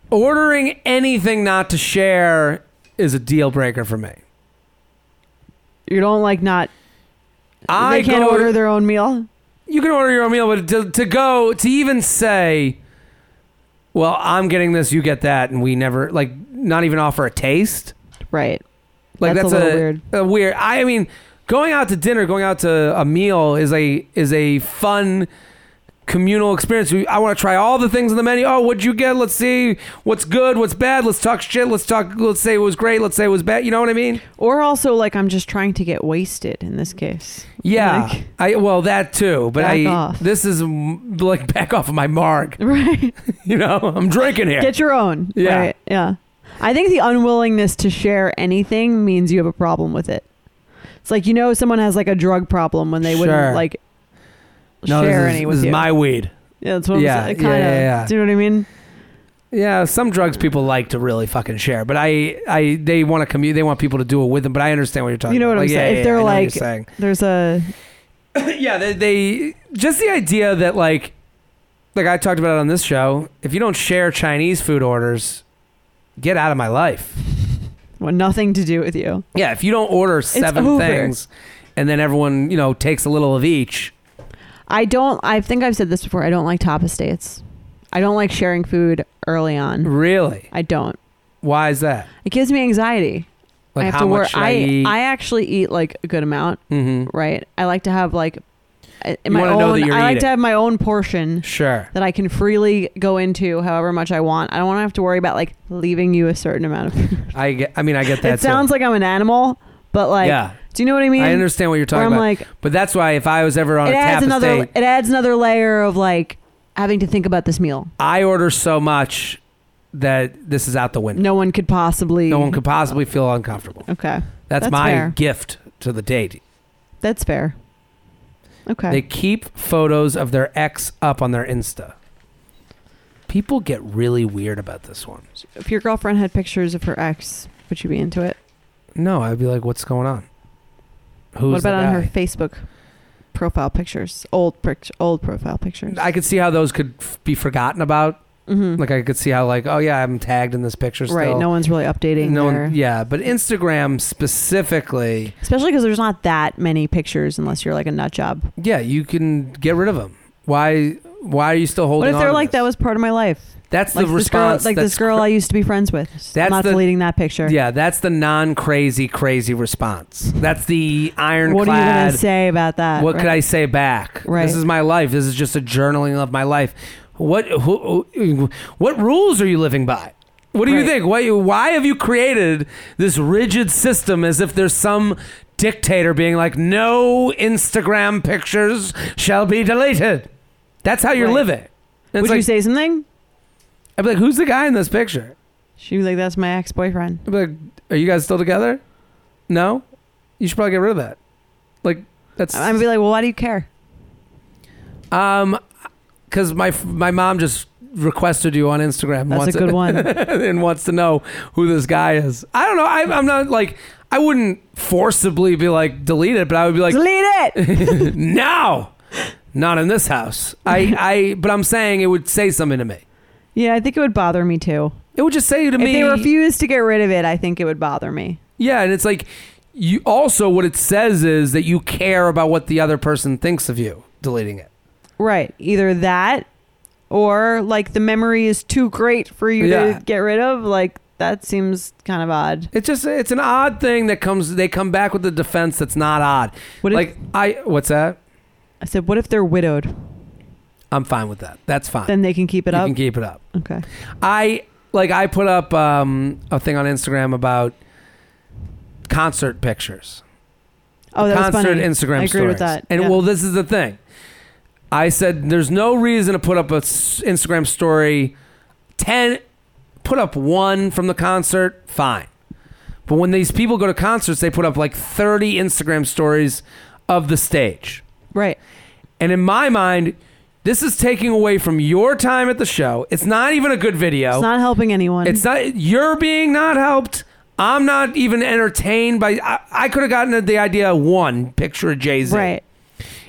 ordering anything not to share is a deal breaker for me. You don't like not. I they can't go- order their own meal. You can order your own meal, but to, to go to even say, "Well, I'm getting this, you get that," and we never like not even offer a taste. Right. Like That's that's, a little weird. a weird. I mean, going out to dinner, going out to a meal is a is a fun communal experience. We- I want to try all the things on the menu. Oh, what'd you get? Let's see what's good, what's bad. Let's talk shit. Let's talk. Let's say it was great. Let's say it was bad. You know what I mean? Or also, like, I'm just trying to get wasted in this case. Yeah. Like- I well that too, but Back I off. this is mm, like back off of my marg. Right. You know, I'm drinking here. Get your own. Yeah. Right. Yeah. I think the unwillingness to share anything means you have a problem with it. It's like you know someone has like a drug problem when they Sure. wouldn't like no, share this is, any this with is you. my weed. yeah, that's what Yeah, I'm saying. yeah, Kind of. yeah, yeah. Do you know what I mean? Yeah, some drugs people like to really fucking share, but I, I, they want to commute. They want people to do it with them. But I understand what you're talking. You know what about. I'm Like, yeah, saying? yeah, If they're yeah, I know what you're like- saying. There's a yeah, they, they just the idea that like like I talked about it on this show, if you don't share Chinese food orders, get out of my life. well, nothing to do with you. Yeah, if you don't order seven over. things and then everyone, you know, takes a little of each. I don't. I think I've said this before. I don't like tapas dates. I don't like sharing food early on. Really? I don't. Why is that? It gives me anxiety. Like I have how to much work. should I, eat? I actually eat like a good amount. mm-hmm. right? I like to have like I- in my wanna own. know that you're I like eating. to have my own portion Sure. that I can freely go into however much I want. I don't want to have to worry about like leaving you a certain amount of. I get, I mean I get that. it sounds like I'm an animal, but too. like, yeah. do you know what I mean? I understand what you're talking Where I'm about. like, but that's why if I was ever on it a adds tapas another. date, It adds another layer of like having to think about this meal. I order so much that this is out the window. No one could possibly. No one could possibly feel uncomfortable. Okay, That's, That's my fair. gift to the date. that's fair. Okay. They keep photos of their ex up on their Insta. People get really weird about this one. if your girlfriend had pictures of her ex, would you be into it? No, I'd be like, what's going on? Who's what about the on her guy? Facebook profile pictures? Old pic- old profile pictures. I could see how those could f- be forgotten about. Mhm. Like, I could see how, like, oh yeah, I'm tagged in this picture. Still. right. No one's really updating. No No one- yeah, but Instagram specifically, especially because there's not that many pictures unless you're like a nut job. yeah, you can get rid of them. Why? Why are you still What holding? if on they're to like this? that was part of my life? That's Like the this girl, response. like this that's girl I used to be friends with. That's I'm not the- deleting that picture. Yeah, that's the non-crazy, crazy response. That's the ironclad. What are you gonna say about that? what could right? I say back? Right. This is my life. This is just a journaling of my life. What who, who- what rules are you living by? What do you Right. think? Why why have you created this rigid system as if there's some dictator being like no Instagram pictures shall be deleted? That's how you're Right. living. And it's Would like, you say something? I'd be like, who's the guy in this picture? She was like, "That's my ex boyfriend." I'd be like, are you guys still together? No, you should probably get rid of that. Like that's I'm gonna be like, "Well, why do you care?" Um, because my my mom just requested you on Instagram. and That's wants a good one. and wants to know who this guy is. I don't know. I, I'm not like I wouldn't forcibly be like delete it, but I would be like Delete it. no, not in this house. I I but I'm saying it would say something to me. Yeah, I think it would bother me too. It would just say to If me. they refuse to get rid of it, I think it would bother me. yeah, and it's like you also what it says is that you care about what the other person thinks of you deleting it. Right. Either that or like the memory is too great for you Yeah. to get rid of. Like that seems kind of odd. It's just it's an odd thing that comes. They come back with a defense that's not odd. What if, like I what's that? I said, what if they're widowed? I'm fine with that. That's fine. Then they can keep it you up. can keep it up. okay. I like I put up um, a thing on Instagram about concert pictures. Oh, that was concert funny. Instagram I agree stories. with that. And Yeah. well, this is the thing. I said there's no reason to put up a s- Instagram story. Ten, put up one from the concert, fine. But when these people go to concerts, they put up like 30 Instagram stories of the stage. right. And in my mind, this is taking away from your time at the show. It's not even a good video. It's not helping anyone. It's not you're being not helped. I'm not even entertained by. I, I could have gotten the idea of one picture of Jay Z. right.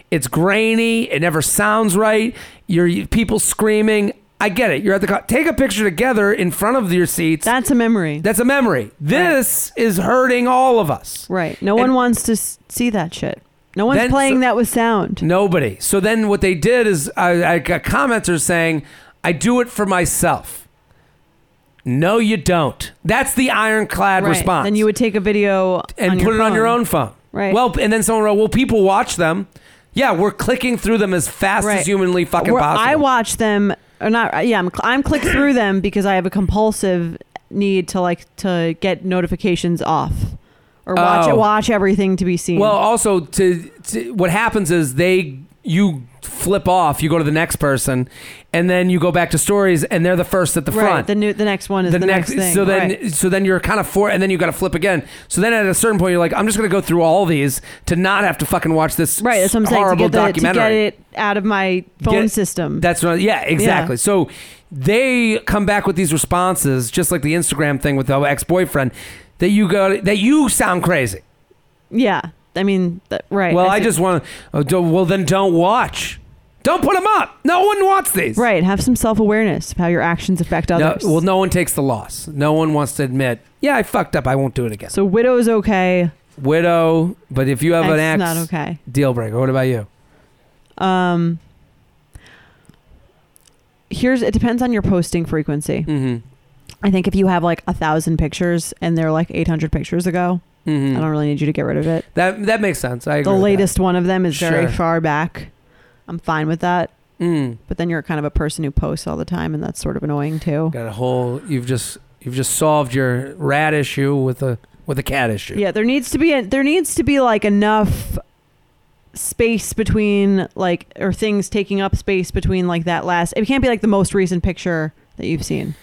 It's grainy. It never sounds right. You're people screaming. I get it. You're at the co- take a picture together in front of your seats. That's a memory. That's a memory. This is hurting all of us. right. No and- one wants to s- see that shit. No one's Then- playing so- that with sound. Nobody. So then what they did is I, I got commenters saying, I do it for myself. No, you don't. That's the ironclad Right. response. Then you would take a video and on put your it on your phone. own phone. Right. Well, and then someone wrote, well, people watch them. Yeah, we're clicking through them as fast Right. as humanly fucking Where possible. I watch them or not uh, yeah, I'm I'm click through them because I have a compulsive need to like to get notifications off or watch Oh. watch everything to be seen. Well, also to, to what happens is they you flip off, you go to the next person, and then you go back to stories, and they're the first at the right, front. the new the next one is the, next, thing. so then right. so then you're kind of for and then you got to flip again so then at a certain point you're like i'm just gonna go through all these to not have to fucking watch this Right, that's what I'm saying. To horrible get, the, to documentary get it out of my phone Get- system. that's what. Yeah, exactly. So they come back with these responses, just like the Instagram thing with the ex boyfriend. That you go. That you sound crazy. yeah. I mean, th- right. well, I, see- just want. Oh, do, well, then don't watch. Don't put them up. No one wants these. Right, have some self awareness of how your actions affect No, others. well, no one takes the loss. No one wants to admit. Yeah, I fucked up. I won't do it again. So widow's okay. Widow. But if you have an ex, Ex not okay. deal breaker. What about you? Um, here's it depends on your posting frequency. Mm-hmm. I think if you have like a thousand pictures and they're like 800 pictures ago, I Mm-hmm. don't really need you to get rid of it. That that makes sense. I agree. The with that. latest one of them is very Sure. far back. I'm fine with that. Mm. But then you're kind of a person who posts all the time, and that's sort of annoying too. Got a whole. You've just you've just solved your rat issue with a with a cat issue. Yeah, there needs to be a, there needs to be like enough space between like or things taking up space between like that last. It can't be like the most recent picture that you've seen.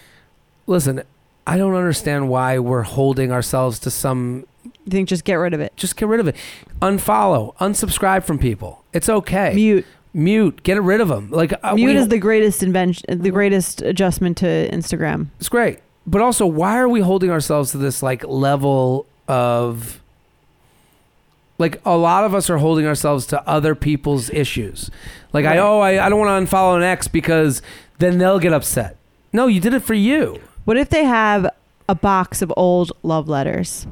Listen, I don't understand why we're holding ourselves to some. You think just get rid of it. Just get rid of it. Unfollow, unsubscribe from people. It's okay. Mute. Mute, get rid of them. Like uh, Mute we- is the greatest invention, uh, the greatest adjustment to Instagram. it's great, but also why are we holding ourselves to this like level of? Like a lot of us are holding ourselves to other people's issues. Like I Right. oh I, I don't want to unfollow an ex because then they'll get upset. No, you did it for you. What if they have a box of old love letters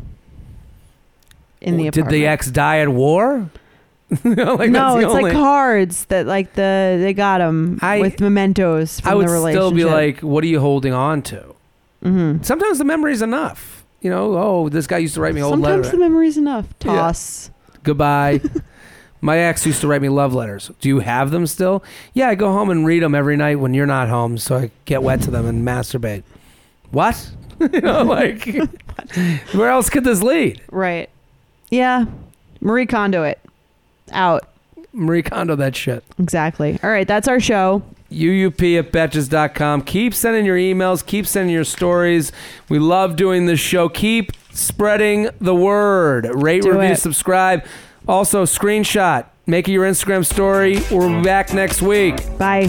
in the did apartment? the ex die at war? Like, that's no, the it's only- like cards that like the they got them I- with mementos from I would the relationship. still be like, what are you holding on to? Mhm. Sometimes the memory's enough. You know, oh, this guy used to write me old sometimes letters. the memory's enough. Yeah. Toss. Goodbye. My ex used to write me love letters. Do you have them still? Yeah, I go home and read them every night when you're not home, so I get wet to them and masturbate. What? you know, like, where else could this lead? Right. Yeah. Marie Kondo it. Out. Marie Kondo that shit. Exactly. All right, that's our show. UUP at betches.com. Keep sending your emails. Keep sending your stories. We love doing this show. Keep spreading the word. Rate, Do review, it. subscribe. Also, screenshot. Make it your Instagram story. We'll be back next week. Bye.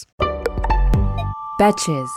Betches.